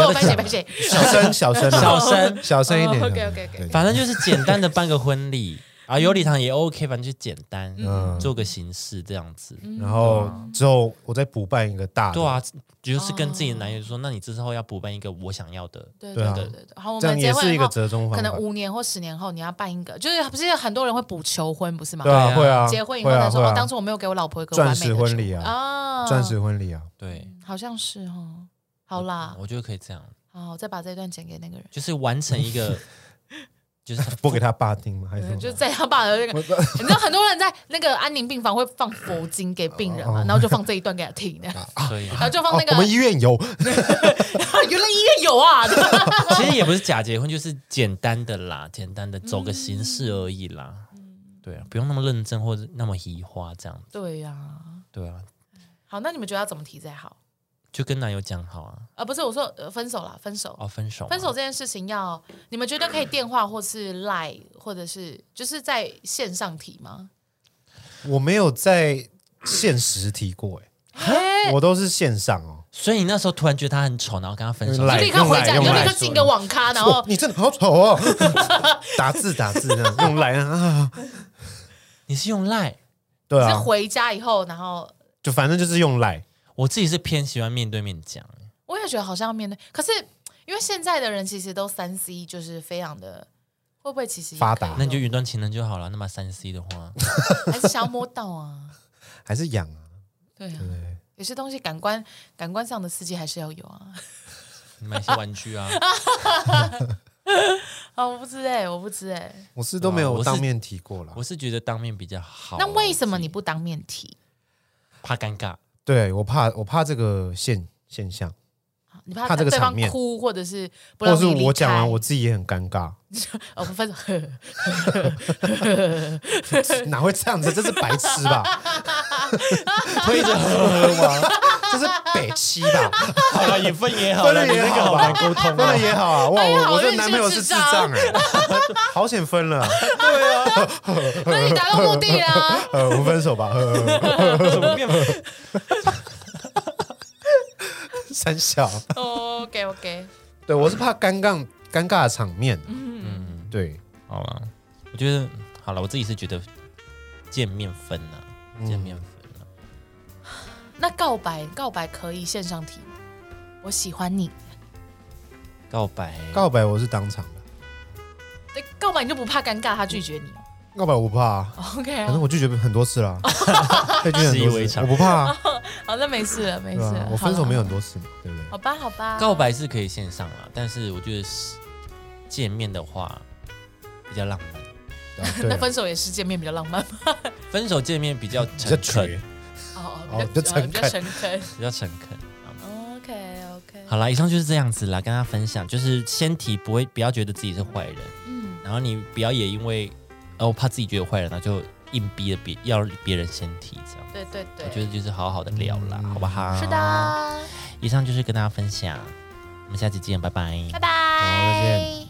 S1: 要再
S2: 拍谁
S1: 讲
S2: 拍谁，
S3: 小声小声 啊
S1: 小声
S3: 小声一点
S2: 哦，OK，OK，OK
S3: 对
S1: 反正就是简单的办个婚礼啊，有礼堂也 OK，反正就简单、
S3: 嗯
S1: 做个形式这样子。
S2: 嗯
S3: 然后之后我再补办一个大的，
S1: 对啊，就是跟自己的男
S2: 哦
S1: 友说，那你之后要补办一个我想要的，
S2: 对
S3: 对
S2: 对
S3: 啊
S2: 对对对。好，我
S3: 这
S2: 们
S3: 样
S2: 结
S3: 也
S2: 婚
S3: 是
S2: 以
S3: 一个
S2: 后，
S3: 折中方
S2: 可能
S3: 法。
S2: 五年或十年后你要办一个，就是不是很多人会补求婚，不是吗？
S3: 对啊，
S1: 对啊
S3: 会啊，
S2: 结婚以后
S3: 会啊，
S2: 再
S3: 会
S2: 说，哦
S3: 啊，
S2: 当初我没有给我老婆一个完
S3: 钻
S2: 美的
S3: 石婚礼
S2: 求婚
S3: 啊，
S2: 啊，
S3: 钻石婚礼啊，
S1: 对，嗯
S2: 好像是哦。好啦，
S1: 我觉得可以这样，
S2: 好，我再把这段剪给那个人。
S1: 就是完成一 个，就是
S3: 播给他爸听吗？还是什么
S2: 就在他爸的那个，你知道很多人在那个安宁病房会放佛经给病人嘛，然后就放这一段给他 听，这样
S1: 可以啊
S2: 然。后就放
S3: 哦
S2: 那，个
S3: 我们医院 有，
S2: 原来医院有 啊，
S1: 其实也不是假结婚，就是简单的啦，简单的走个形式而已啦。
S2: 嗯
S1: 对啊，不用那么认真或者那么移花这样。
S2: 对呀、
S1: 对啊，
S2: 好，那你们觉得要怎么提才好？
S1: 就跟男友讲好啊，
S2: 呃，不是，我说、呃、分手啦，分手，
S1: 哦，分手嘛，
S2: 分手这件事情要你们觉得可以电话或是赖，或者是就是在线上提吗？
S3: 我没有在现实提过、欸，
S2: 哎
S3: 我都是线上哦。
S1: 所以你那时候突然觉得他很丑，然后跟他分手，
S3: 来
S2: 就立刻回家，你
S3: 用
S2: 就立
S3: 来用
S2: 刻
S3: 来
S2: 进个网咖，然
S3: 哦
S2: 后，
S3: 你真的好丑哦！ 打字打字这样用来啊，
S1: 你是用赖。
S3: 对
S2: 是
S3: 啊，
S2: 回家以后，然后
S3: 就反正就是用来。
S1: 我自己是偏喜欢面对面讲，
S2: 我也觉得好像要面对，可是因为现在的人其实都三 C，就是非常的。会不会其实也
S3: 发达
S2: 可以
S1: 那你就云端情人就好了。那么三 C 的话，
S2: 还是想要摸到啊？
S3: 还是痒啊。
S2: 对啊，有些东西感官感官上的刺激还是要有啊。
S1: 你买一些玩具啊，
S2: 啊，我不知哎、我不知哎、
S3: 我是都没
S1: 对啊
S3: 有
S1: 我是
S3: 当面提过了
S1: 我，是觉得当面比较好。啊
S3: 哦
S2: 那为什么你不当面提？
S1: 怕尴尬？
S3: 对我怕我怕这个现现象，
S2: 你怕
S3: 怕这个
S2: 对方
S3: 场面
S2: 哭，或者是不
S3: 或
S2: 让
S3: 是
S2: 你离
S3: 我讲
S2: 开
S3: 完我自己也很尴尬，
S2: 哦，不分手，
S3: 哪会这样子？这是白 痴吧？推着呵呵吗？这是北七吧？
S1: 好了，也分也 好
S3: 分
S1: 了，
S3: 了
S1: 你
S3: 也
S1: 那个
S3: 好
S1: 好
S3: 啊吧
S1: 难沟通
S3: 分了也好啊！哇，
S2: 哎呀
S3: 我我
S2: 好
S3: 这
S2: 运
S3: 男
S2: 是
S3: 朋友
S2: 智
S3: 是智
S2: 障
S3: 障哎，好险分了啊，
S2: 那你达到目的 啦。
S3: 呃，我们分手吧，呵呵呵
S1: 啊，怎么变？
S3: 三小。
S2: OK OK，
S3: 对，我是怕尴尬尴尬的场面。嗯，对，
S1: 好了，我觉得好了，我自己是觉得见面分呐、见面分啊呐、
S2: 那告白告白可以线上提吗？我喜欢你。
S1: 告白，
S3: 告白我是当场的，
S2: 对，告白你就不怕尴尬，他拒绝你。
S3: 告白我不怕啊，
S2: OK
S3: 反正
S2: 啊，
S3: 我拒绝很多次 了，被拒绝很
S1: 哦习以为
S3: 多次，
S1: 常啊
S3: 我不怕 啊，
S2: 好，那没事了，没
S3: 对
S2: 事
S3: 吧
S2: 了。？
S3: 我分手
S2: 好了
S3: 没有很。多次嘛，对不对？
S2: 好吧，好吧。
S1: 告白是可以线上啦，但是我觉得是见面的话比较浪漫，
S3: 啊对
S2: 那
S3: 啊，
S2: 分手也是见面比较浪漫吗？
S1: 分手见面比较
S3: 比较
S1: 诚
S3: 绝
S1: 恳，。
S2: 哦
S3: 哦比较诚恳
S2: 比较诚恳。
S1: 比较诚恳。好吗
S2: OK OK，
S1: 好啦，以上就是这样子啦，跟大家分享，就是先提不会不要觉得自己是坏人，
S2: 嗯，
S1: 然后你不要也因为哦怕自己觉得有坏人，然后就硬逼着别要别人先提这样。
S2: 对对
S1: 我觉
S2: 对，
S1: 得就是好好的聊啦，好不好？
S2: 是。的，
S1: 以上就是跟大家分享，我们下期见，拜拜。
S2: 拜
S3: 好再
S2: 拜。